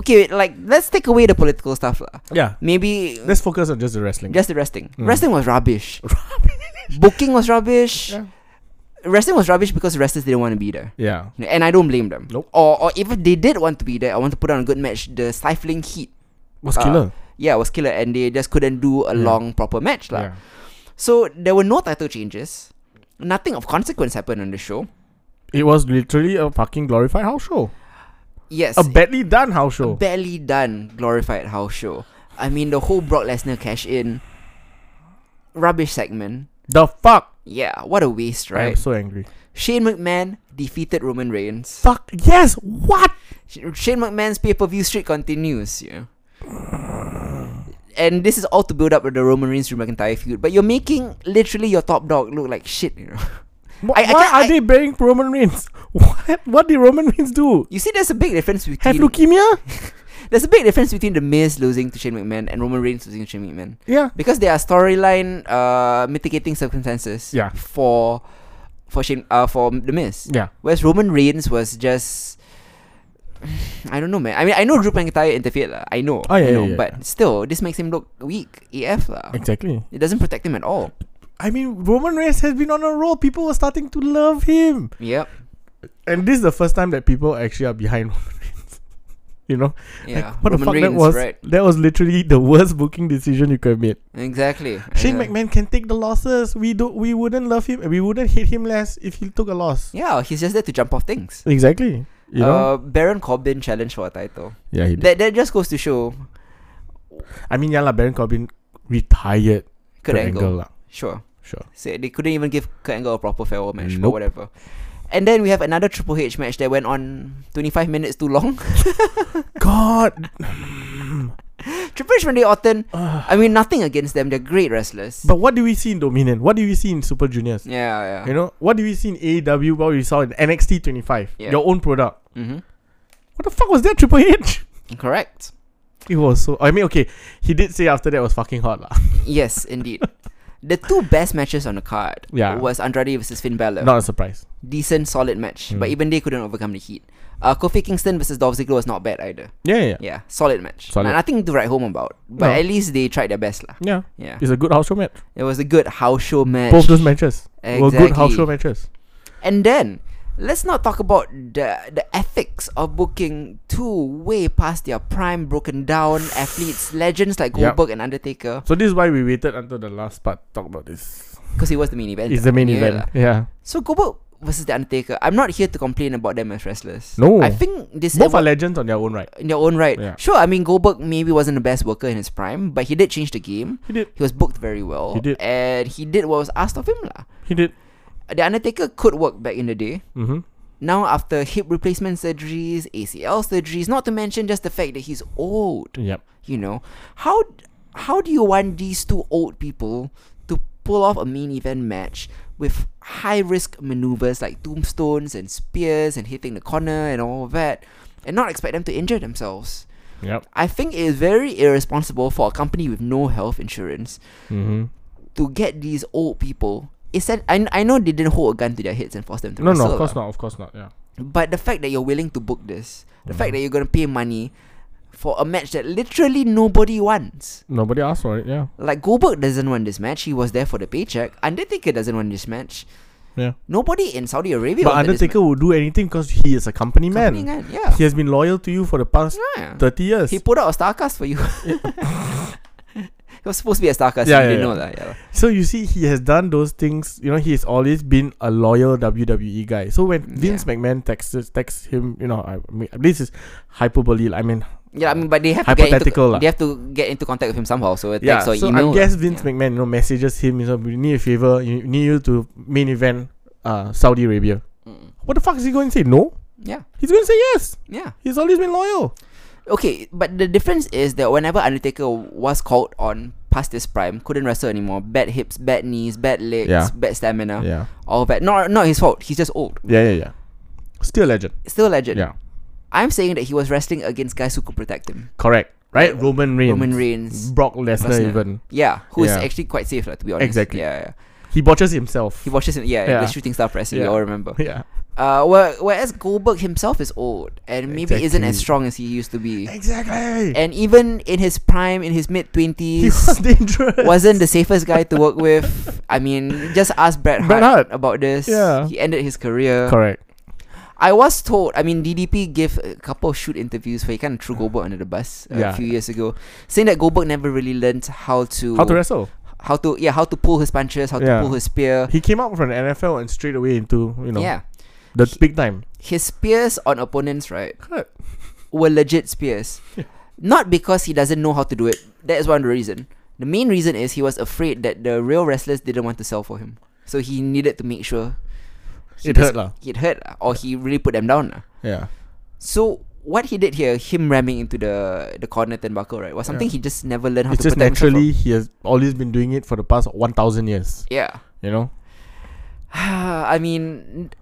A: okay, like let's take away the political stuff lah.
B: yeah.
A: Maybe
B: Let's focus on just the wrestling.
A: just the wrestling.
B: Mm.
A: Wrestling was rubbish. Booking was rubbish.
B: Yeah.
A: Wrestling was rubbish because wrestlers didn't want to be there.
B: Yeah.
A: You know, And I don't blame them.
B: Nope.
A: Or, or if they did want to be there, I want to put on a good match. The stifling heat, Uh,
B: Was killer.
A: yeah, was killer, and they just couldn't do a
B: Yeah.
A: long proper match, lah.
B: yeah.
A: So there were no title changes. Nothing of consequence happened on the show.
B: It was literally a fucking glorified house show.
A: Yes,
B: A badly done house show.
A: barely done glorified house show. I mean, the whole Brock Lesnar cash in rubbish segment.
B: the fuck.
A: Yeah, what a waste,
B: I'm
A: right?
B: so angry.
A: Shane McMahon defeated Roman Reigns.
B: Fuck. Yes. What?
A: Sh- Shane McMahon's pay per view streak continues. Yeah. And this is all to build up the Roman Reigns Drew McIntyre feud, but you're making literally your top dog look like shit. You know,
B: Wh-
A: I- I
B: why
A: can't-
B: are
A: I-
B: they burying Roman Reigns? What? What did Roman Reigns do?
A: you see, there's a big difference
B: Have
A: between
B: leukemia?
A: there's a big difference between the Miz losing to Shane McMahon and Roman Reigns losing to Shane McMahon
B: Yeah.
A: because there are storyline uh, mitigating circumstances.
B: Yeah.
A: For for Shane uh, for the Miz.
B: Yeah.
A: Whereas Roman Reigns was just I don't know, man. I mean, I know Drew McIntyre interfered, lah. I know.
B: Oh, yeah,
A: I know,
B: yeah, yeah,
A: But
B: yeah.
A: still, this makes him look weak, AF, lah.
B: Exactly.
A: It doesn't protect him at all.
B: I mean, Roman Reigns has been on a roll. People were starting to love him.
A: Yep.
B: And this is the first time that people actually are behind Roman Reigns. you know? Like,
A: Yeah.
B: what the
A: Roman
B: fuck that
A: Reigns,
B: was?
A: right?
B: That was literally the worst booking decision you could have made.
A: Exactly.
B: Shane
A: Yeah.
B: McMahon can take the losses. We do we wouldn't love him we wouldn't hate him less if he took a loss.
A: Yeah, he's just there to jump off things.
B: Exactly. You know?
A: Uh, Baron Corbin challenged for a title.
B: yeah, he did.
A: That that just goes to show.
B: I mean, yeah, lah, Baron Corbin retired
A: Kurt
B: Kurt
A: Angle.
B: lah.
A: Sure.
B: Sure.
A: So they couldn't even give Kurt Angle a proper farewell match or
B: Nope.
A: whatever. And then we have another Triple H match that went on 25 minutes too long.
B: God.
A: Triple H, Randy Orton.
B: Ugh.
A: I mean, nothing against them. They're great wrestlers.
B: but what do we see in Dominion? What do we see in Super Juniors?
A: yeah,
B: You
A: yeah.
B: know, what do we see in AEW? What we saw in NXT 25?
A: Yeah.
B: Your own product.
A: Mm-hmm.
B: What the fuck was that, Triple H?
A: Correct.
B: It was so. I mean, okay, he did say after that was fucking hot, lah.
A: Yes, indeed. the two best matches on the card
B: Yeah.
A: was Andrade versus Finn Balor.
B: Not a surprise.
A: Decent, solid match. But
B: Mm.
A: even they couldn't overcome the heat. Uh, Kofi Kingston versus Dolph Ziggler was not bad either.
B: Yeah, yeah, yeah.
A: Yeah, solid match.
B: Solid.
A: And nothing to write home about. But
B: No.
A: at least they tried their best. lah.
B: Yeah,
A: Yeah.
B: it's a good house show match.
A: It was a good house show match.
B: Both those matches were
A: Exactly.
B: good house show matches.
A: And then let's not talk about the the ethics of booking two way past their prime, broken down athletes, legends like
B: Yup.
A: Goldberg and Undertaker,
B: So this is why we waited until the last part to talk about this.
A: because he was the main event.
B: It's the main
A: Yeah
B: event.
A: lah.
B: Yeah,
A: So Goldberg versus the Undertaker. I'm not here to complain about them as wrestlers.
B: No.
A: I think this
B: both are
A: evo-
B: legends on their own right.
A: in their own right.
B: Yeah.
A: Sure, I mean Goldberg maybe wasn't the best worker in his prime, but he did change the game.
B: He did.
A: He was booked very well,
B: He did.
A: and he did what was asked of him lah.
B: He did.
A: The Undertaker could work back in the day.
B: Mm-hmm.
A: Now, after hip replacement surgeries, ACL surgeries, not to mention just the fact that he's old,
B: Yep.
A: you know, how how do you want these two old people to pull off a main event match with high risk maneuvers like tombstones and spears and hitting the corner and all that, and not expect them to injure themselves?
B: Yep.
A: I think it is very irresponsible for a company with no health insurance
B: Mm-hmm.
A: to get these old people. It's an, I, I know they didn't hold a gun to their heads and force them to
B: No, no,
A: wrestle
B: of course
A: lah.
B: not. Of course not. Yeah.
A: But the fact that you're willing to book this, the fact
B: Mm-hmm.
A: that you're gonna pay money for a match that literally nobody wants.
B: Nobody asked for it. Yeah.
A: Like Goldberg doesn't want this match. He was there for the paycheck. Undertaker doesn't want this match.
B: Yeah.
A: Nobody in Saudi Arabia.
B: But
A: wanted this
B: Undertaker would do anything because he is a company
A: match.
B: man.
A: Company guy, Yeah.
B: He has been loyal to you for the past
A: yeah.
B: thirty years.
A: He put out a Starcast for you. it was supposed to be a Starcast.
B: Yeah,
A: Yeah, you
B: yeah,
A: didn't
B: yeah.
A: know that. Yeah. lah.
B: So you see, he has done those things. You know, he's always been a loyal WWE guy. So when
A: Yeah.
B: Vince McMahon texts texts him, you know, I mean, this is hyperbole. I mean,
A: Yeah, I mean, but they have To
B: Hypothetical lah.
A: get into, they have to get into contact with him somehow. So a
B: yeah.
A: text or
B: So
A: email.
B: I guess
A: lah.
B: Vince
A: Yeah.
B: McMahon, you know, messages him. You know, we need a favor. You we need you to main event, uh, Saudi Arabia.
A: Mm.
B: What the fuck is he going to say? No,
A: yeah,
B: he's going to say yes.
A: yeah.
B: He's always been loyal.
A: Okay, but the difference is that whenever Undertaker was called on past his prime, couldn't wrestle anymore, bad hips, bad knees, bad legs,
B: Yeah.
A: bad stamina,
B: Yeah,
A: all that. Not not his fault. He's just old.
B: yeah, yeah, yeah. Still a legend.
A: Still a legend.
B: Yeah,
A: I'm saying that he was wrestling against guys who could protect him.
B: correct. Right, Roman Reigns,
A: Roman Reigns.
B: Brock Lesnar,
A: Lesnar.
B: even
A: Yeah, who is
B: Yeah.
A: actually quite safe, like, to be honest.
B: Exactly.
A: Yeah, yeah.
B: he botches himself.
A: He watches him. Yeah,
B: Yeah.
A: the shooting star press. You
B: Yeah.
A: all remember.
B: yeah.
A: Uh, where- whereas Goldberg himself is old and maybe isn't as
B: Exactly.
A: strong as he used to be,
B: Exactly.
A: and even in his prime, in his mid
B: he
A: twenties,
B: was dangerous.
A: wasn't the safest guy to work with. I mean, just ask Bret Hart,
B: Bret Hart.
A: about this.
B: Yeah.
A: He ended his career.
B: correct.
A: I was told, I mean, DDP gave a couple of shoot interviews where he kind of threw Goldberg under the bus uh,
B: Yeah.
A: a few years ago, saying that Goldberg never really learned how to,
B: How to wrestle?
A: how to- yeah, how to pull his punches, how
B: Yeah.
A: to pull his spear.
B: He came out from the NFL and straight away into you know
A: Yeah.
B: the
A: He-
B: big time.
A: His spears on opponents, right,
B: Correct.
A: were legit spears.
B: Yeah.
A: Not because he doesn't know how to do it. That is one reason. The main reason is he was afraid that the real wrestlers didn't want to sell for him. So he needed to make sure he
B: It
A: just-
B: hurt lah.
A: it hurt lah, or he really put them down. lah.
B: Yeah.
A: So what he did here, him ramming into the the corner turnbuckle, right, was something he just never learned how
B: It's
A: to
B: just
A: protect himself
B: naturally he has always been doing it for the past one thousand years.
A: from. Yeah,
B: You know,
A: I mean, n-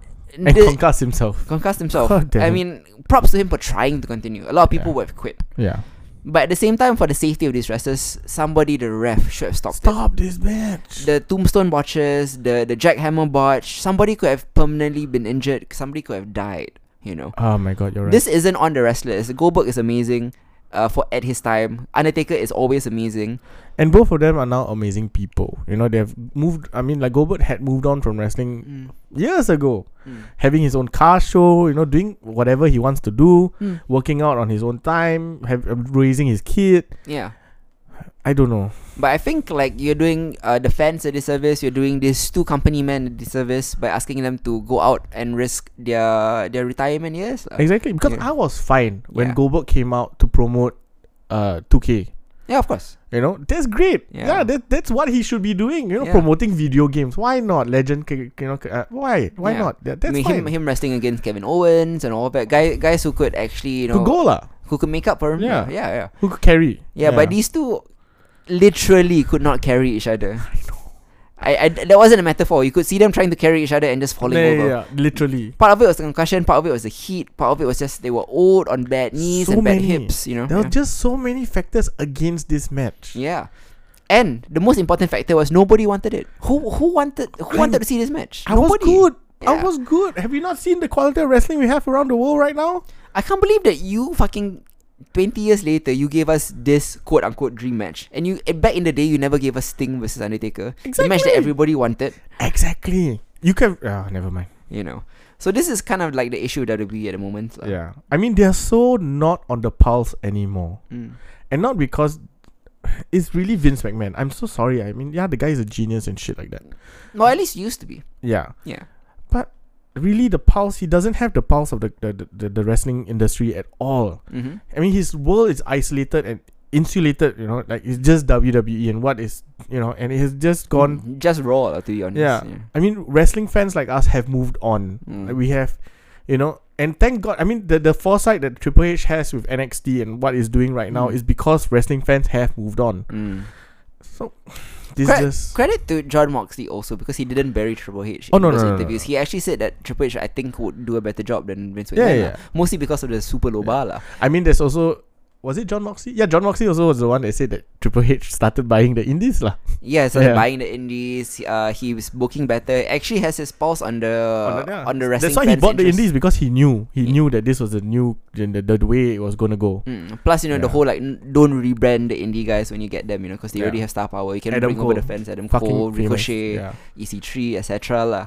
B: and
A: the-
B: concuss himself.
A: concussed himself.
B: God damn
A: I
B: it.
A: mean, props to him for trying to continue. A lot of people
B: Yeah.
A: would have quit,
B: Yeah.
A: but at the same time, for the safety of these wrestlers, somebody the ref should have stopped. it.
B: Stop this match.
A: The tombstone botches, the the jackhammer botch. Somebody could have permanently been injured. Somebody could have died You know,
B: Oh my god, you're right.
A: this isn't on the wrestler. It's- Goldberg is amazing. Uh, for at his time, Undertaker is always amazing.
B: and both of them are now amazing people. You know, they've moved. I mean, like Goldberg had moved on from wrestling
A: Mm.
B: years ago,
A: Mm.
B: having his own car show. You know, doing whatever he wants to do,
A: Mm.
B: working out on his own time, have uh, raising his kid.
A: Yeah,
B: I don't know.
A: but I think like you're doing uh, the fans a disservice. You're doing these two company men a disservice by asking them to go out and risk their their retirement years. lah.
B: Exactly
A: Uh,
B: because
A: Yeah.
B: I was fine when
A: Yeah.
B: Goldberg came out to promote uh 2K.
A: Yeah, of course.
B: You know, that's great. Yeah,
A: Yeah.
B: that, that's what he should be doing. You know,
A: Yeah.
B: promoting video games. Why not Legend? ca- ca- You know, ca- uh, why? Why
A: Yeah.
B: not? That, that's
A: I mean,
B: fine.
A: him him wrestling against Kevin Owens and all that guy guys who could actually you know
B: Could go lah.
A: who could make up for him.
B: Yeah.
A: Yeah, yeah, yeah.
B: ah, Who could carry?
A: Yeah, but these two literally could not carry each other. I, I that wasn't a metaphor. You could see them trying to carry each other and just falling
B: yeah,
A: over.
B: yeah, yeah, literally.
A: Part of it was the concussion, part of it was the heat, part of it was just they were old on bad knees
B: So
A: and bad
B: many.
A: hips, you know.
B: There
A: yeah.
B: were just so many factors against this match.
A: Yeah. And the most important factor was nobody wanted it. Who who wanted who
B: I-
A: wanted to see this match?
B: I
A: nobody.
B: was good. I
A: Yeah.
B: was good. Have you not seen the quality of wrestling we have around the world right now?
A: I can't believe that you fucking twenty years later you gave us this quote unquote dream match. And you and back in the day you never gave us Sting versus Undertaker. The match
B: Exactly.
A: that everybody wanted.
B: Exactly. You can. ah, never mind.
A: you know. So this is kind of like the issue that we at the moment. lah.
B: Yeah. I mean, they're so not on the pulse anymore.
A: Mm.
B: And not because it's really Vince McMahon. I'm so sorry. I mean, yeah, the guy is a genius and shit like that.
A: Well, at least used to be.
B: Yeah.
A: Yeah.
B: But really, the pulse, he doesn't have the pulse of the, the, the, the wrestling industry at all.
A: hmm
B: I mean, his world is isolated and insulated, you know, like it's just WWE and what is, you know, and it has just gone.
A: Mm-hmm. Just raw, lah, to be honest.
B: Yeah. I mean, wrestling fans like us have moved on.
A: Mm.
B: Like, we have, you know, and thank God. I mean, the, the foresight that Triple H has with NXT and what is doing right now
A: Mm.
B: is because wrestling fans have moved on.
A: Mm.
B: So, this
A: Cra-
B: just.
A: Credit to John Moxley also because he didn't bury Triple H
B: Oh,
A: in
B: no,
A: those
B: no, no, no,
A: interviews. He actually said that Triple H I think would do a better job than Vince
B: Yeah,
A: McMahon.
B: yeah.
A: lah. Mostly because of the super low bar lah.
B: I mean, there's also. Was it John Moxley? Yeah, John Moxley also was the one that said that Triple H started buying the indies lah.
A: Yeah, so
B: Yeah.
A: buying the indies, uh, he was booking better. Actually has his pulse on the
B: On
A: Uh, on
B: the-
A: the,
B: yeah.
A: wrestling.
B: That's why he
A: fans'
B: bought the
A: interest. Mm.
B: indies because he knew he
A: Yeah.
B: knew that this was the new the, the, the way it was gonna go.
A: Mm. Plus, you know the
B: Yeah.
A: whole like n- don't rebrand the indie guys when you get them, you know, because they
B: Yeah.
A: already have star power. You can
B: Adam
A: bring over the
B: Cole.
A: fans, Adam
B: Fucking
A: Cole,
B: famous.
A: Mm, Ricochet, E
B: Yeah.
A: EC3, etc. lah.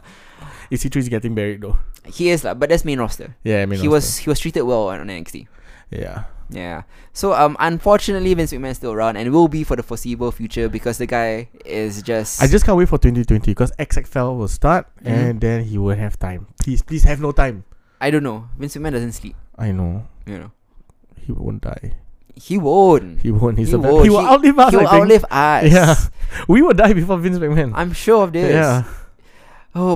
B: EC3 is getting buried though.
A: He is lah, but that's main roster.
B: Yeah, I mean
A: he was he was treated well on on NXT.
B: Yeah.
A: Yeah. So um, unfortunately, Vince McMahon is still around and will be for the foreseeable future because the guy is just.
B: I just can't wait for 2020 because XXL will start
A: Mhm.
B: and then he will have time. Please, please have no time.
A: I don't know. Vince McMahon doesn't sleep.
B: I know
A: You know,
B: he won't die.
A: he won't.
B: He won't. He's
A: He
B: a man.
A: won't.
B: He will
A: He-
B: outlive us.
A: He will
B: I think.
A: outlive us.
B: Yeah, we will die before Vince McMahon.
A: I'm sure of this.
B: Yeah, Hmm.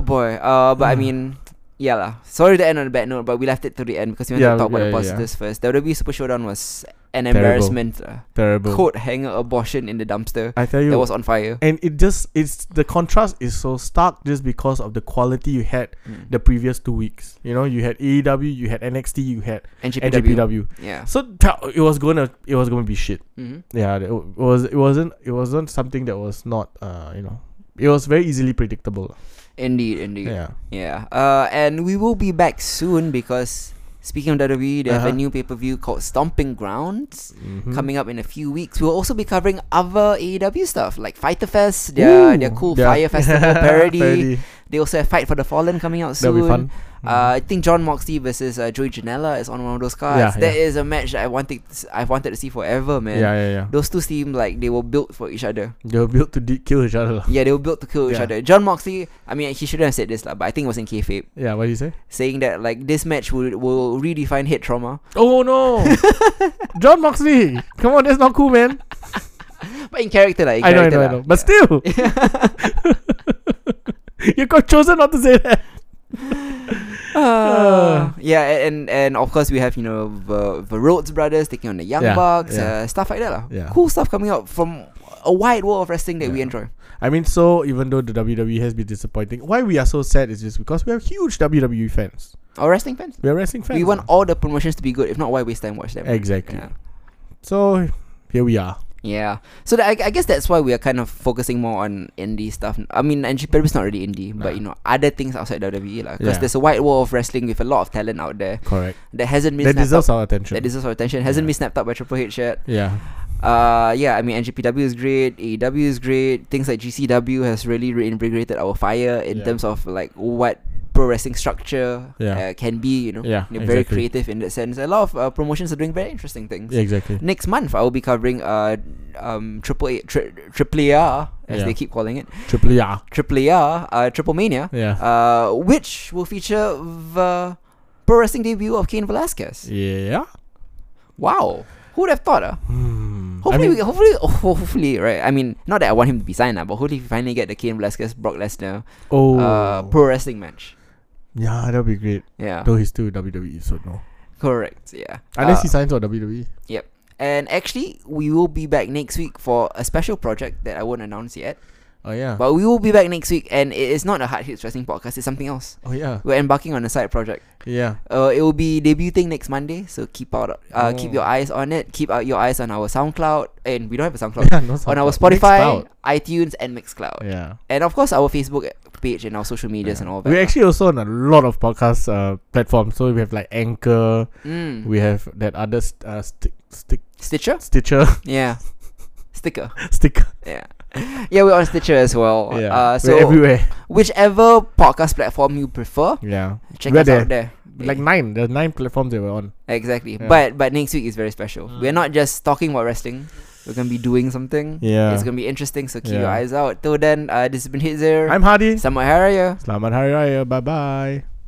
A: Oh boy. Uh, but I mean, yeah lah. Sorry to end on a bad note, but we left it to the end because we wanted
B: Yeah,
A: to talk about
B: yeah,
A: the
B: yeah.
A: positives first. WWE Super Showdown was an
B: Terrible.
A: embarrassment. Uh,
B: terrible.
A: coat hanger abortion in the dumpster
B: I tell you,
A: that was on fire.
B: and it just it's the contrast is so stark just because of the quality you had
A: Mm.
B: the previous two weeks. You know, you had AEW, you had NXT, you had
A: NJPW.
B: NJPW.
A: Yeah.
B: So t- it was gonna it was gonna be shit.
A: hmm
B: yeah it w- was it wasn't it wasn't something that was not uh you know it was very easily predictable
A: Indeed, indeed. Yeah.
B: yeah
A: Uh, and we will be back soon because speaking of WWE, they have a new
B: Uh-huh.
A: pay per view called Stomping Grounds.
B: Mhm.
A: Coming up in a few weeks, we'll also be covering other AEW stuff like Fighter Fest, their their
B: Ooh,
A: cool
B: yeah.
A: Fire Festival parody. They also have Fight for the Fallen coming out soon.
B: that'll be fun
A: Uh, I think John Moxley versus uh, Joey Janela is on one of those cards.
B: Yeah,
A: That is a
B: yeah.
A: match that I wanted to s- I wanted to see forever, man.
B: yeah yeah yeah
A: Those two seem like they were built for each other.
B: they were built to de- kill each other lah.
A: Yeah, they were built to kill each
B: Yeah.
A: other. John Moxley, I mean, he shouldn't have said this, lah, but I think it was in kayfabe,
B: yeah what do you say
A: saying that like this match will will redefine head trauma.
B: oh no John Moxley come on that's not cool man
A: But in character, like in
B: I know I
A: character,
B: know I
A: lah.
B: know but still you got chosen not to say that
A: Ah. yeah, a- and and of course we have you know the the Rhodes brothers taking on the Young
B: Yeah,
A: Bucks,
B: yeah.
A: Uh, stuff like that, lah.
B: Yeah.
A: Cool stuff coming out from a wide world of wrestling that we
B: Yeah.
A: enjoy.
B: I mean so even though the WWE has been disappointing why we are so sad is just because we have huge WWE fans
A: Our wrestling fans.
B: we are wrestling fans
A: We
B: lah.
A: want all the promotions to be good. If not, why waste time watch them?
B: Exactly.
A: Yeah.
B: So here we are.
A: Yeah. So that, I, I guess that's why we are kind of focusing more on indie stuff. I mean, and GPW is not really indie, but
B: Nah.
A: you know, other things outside WWE, like because
B: Yeah.
A: there's a wide world of wrestling with a lot of talent out there
B: Correct.
A: that hasn't been
B: That
A: snapped
B: deserves
A: up,
B: our attention.
A: that deserves our attention. Hasn't
B: Yeah.
A: been snapped up by Triple H yet.
B: yeah.
A: Uh, yeah. I mean, NGPW is great. AEW is great. Things like GCW has really reinvigorated our fire in
B: Yeah.
A: terms of like what pro wrestling structure
B: Yeah.
A: uh, can be. You know,
B: Yeah,
A: they're very
B: exactly.
A: creative in that sense. A lot of uh, promotions are doing very interesting things.
B: Yeah, exactly.
A: Next month, I will be covering uh um triple A, tri- triple R as
B: Yeah.
A: they keep calling it
B: Triple R.
A: triple R uh triple mania
B: Yeah.
A: uh which will feature the pro wrestling debut of Kane Velasquez.
B: yeah.
A: Wow, who would have thought? Uh?
B: Hmm.
A: Hopefully,
B: I
A: we, hopefully, ho- hopefully, right? I mean, not that I want him to be signed up, but hopefully, we finally get the Kane Velasquez Brock Lesnar
B: oh.
A: uh pro wrestling match.
B: yeah, that'll be great.
A: Yeah,
B: Though he's still WWE, E, so no.
A: correct. Yeah,
B: Unless he
A: Uh,
B: signs for E. WWE.
A: and actually, we will be back next week for a special project that I won't announce yet.
B: Oh yeah.
A: But we will be back next week, and it is not a hard hit stressing podcast. It's something else.
B: oh yeah.
A: We're embarking on a side project.
B: Yeah.
A: Uh, it will be debuting next Monday, so keep out, uh, keep
B: Oh.
A: your eyes on it. Keep out your eyes on our SoundCloud, and we don't have a SoundCloud
B: yeah no
A: on
B: SoundCloud.
A: our Spotify, iTunes, and
B: Mixcloud.
A: Mixcloud,
B: Yeah.
A: and of course our Facebook page and our social medias
B: Yeah.
A: and all that.
B: We're actually also on a lot of podcast uh, platforms. So we have like Anchor,
A: Mm.
B: we have that other st- uh, stick, stick,
A: Stitcher,
B: Stitcher,
A: yeah, sticker,
B: Sticker.
A: yeah, yeah. We're on Stitcher as well.
B: Yeah.
A: Uh,
B: we're
A: so
B: everywhere.
A: whichever podcast platform you prefer,
B: Yeah.
A: check
B: We're
A: us out there.
B: Like
A: Yeah.
B: nine. There's nine platforms that we're on.
A: Exactly.
B: Yeah.
A: But but next week is very special. We're
B: Mm.
A: not just talking about wrestling. We're gonna be doing something.
B: Yeah.
A: It's gonna be interesting, so keep your
B: Yeah.
A: eyes out. Till then, uh, this has been Hit Zero.
B: I'm Hardy.
A: Summer Harrier.
B: Selamat Hari Raya. Bye bye.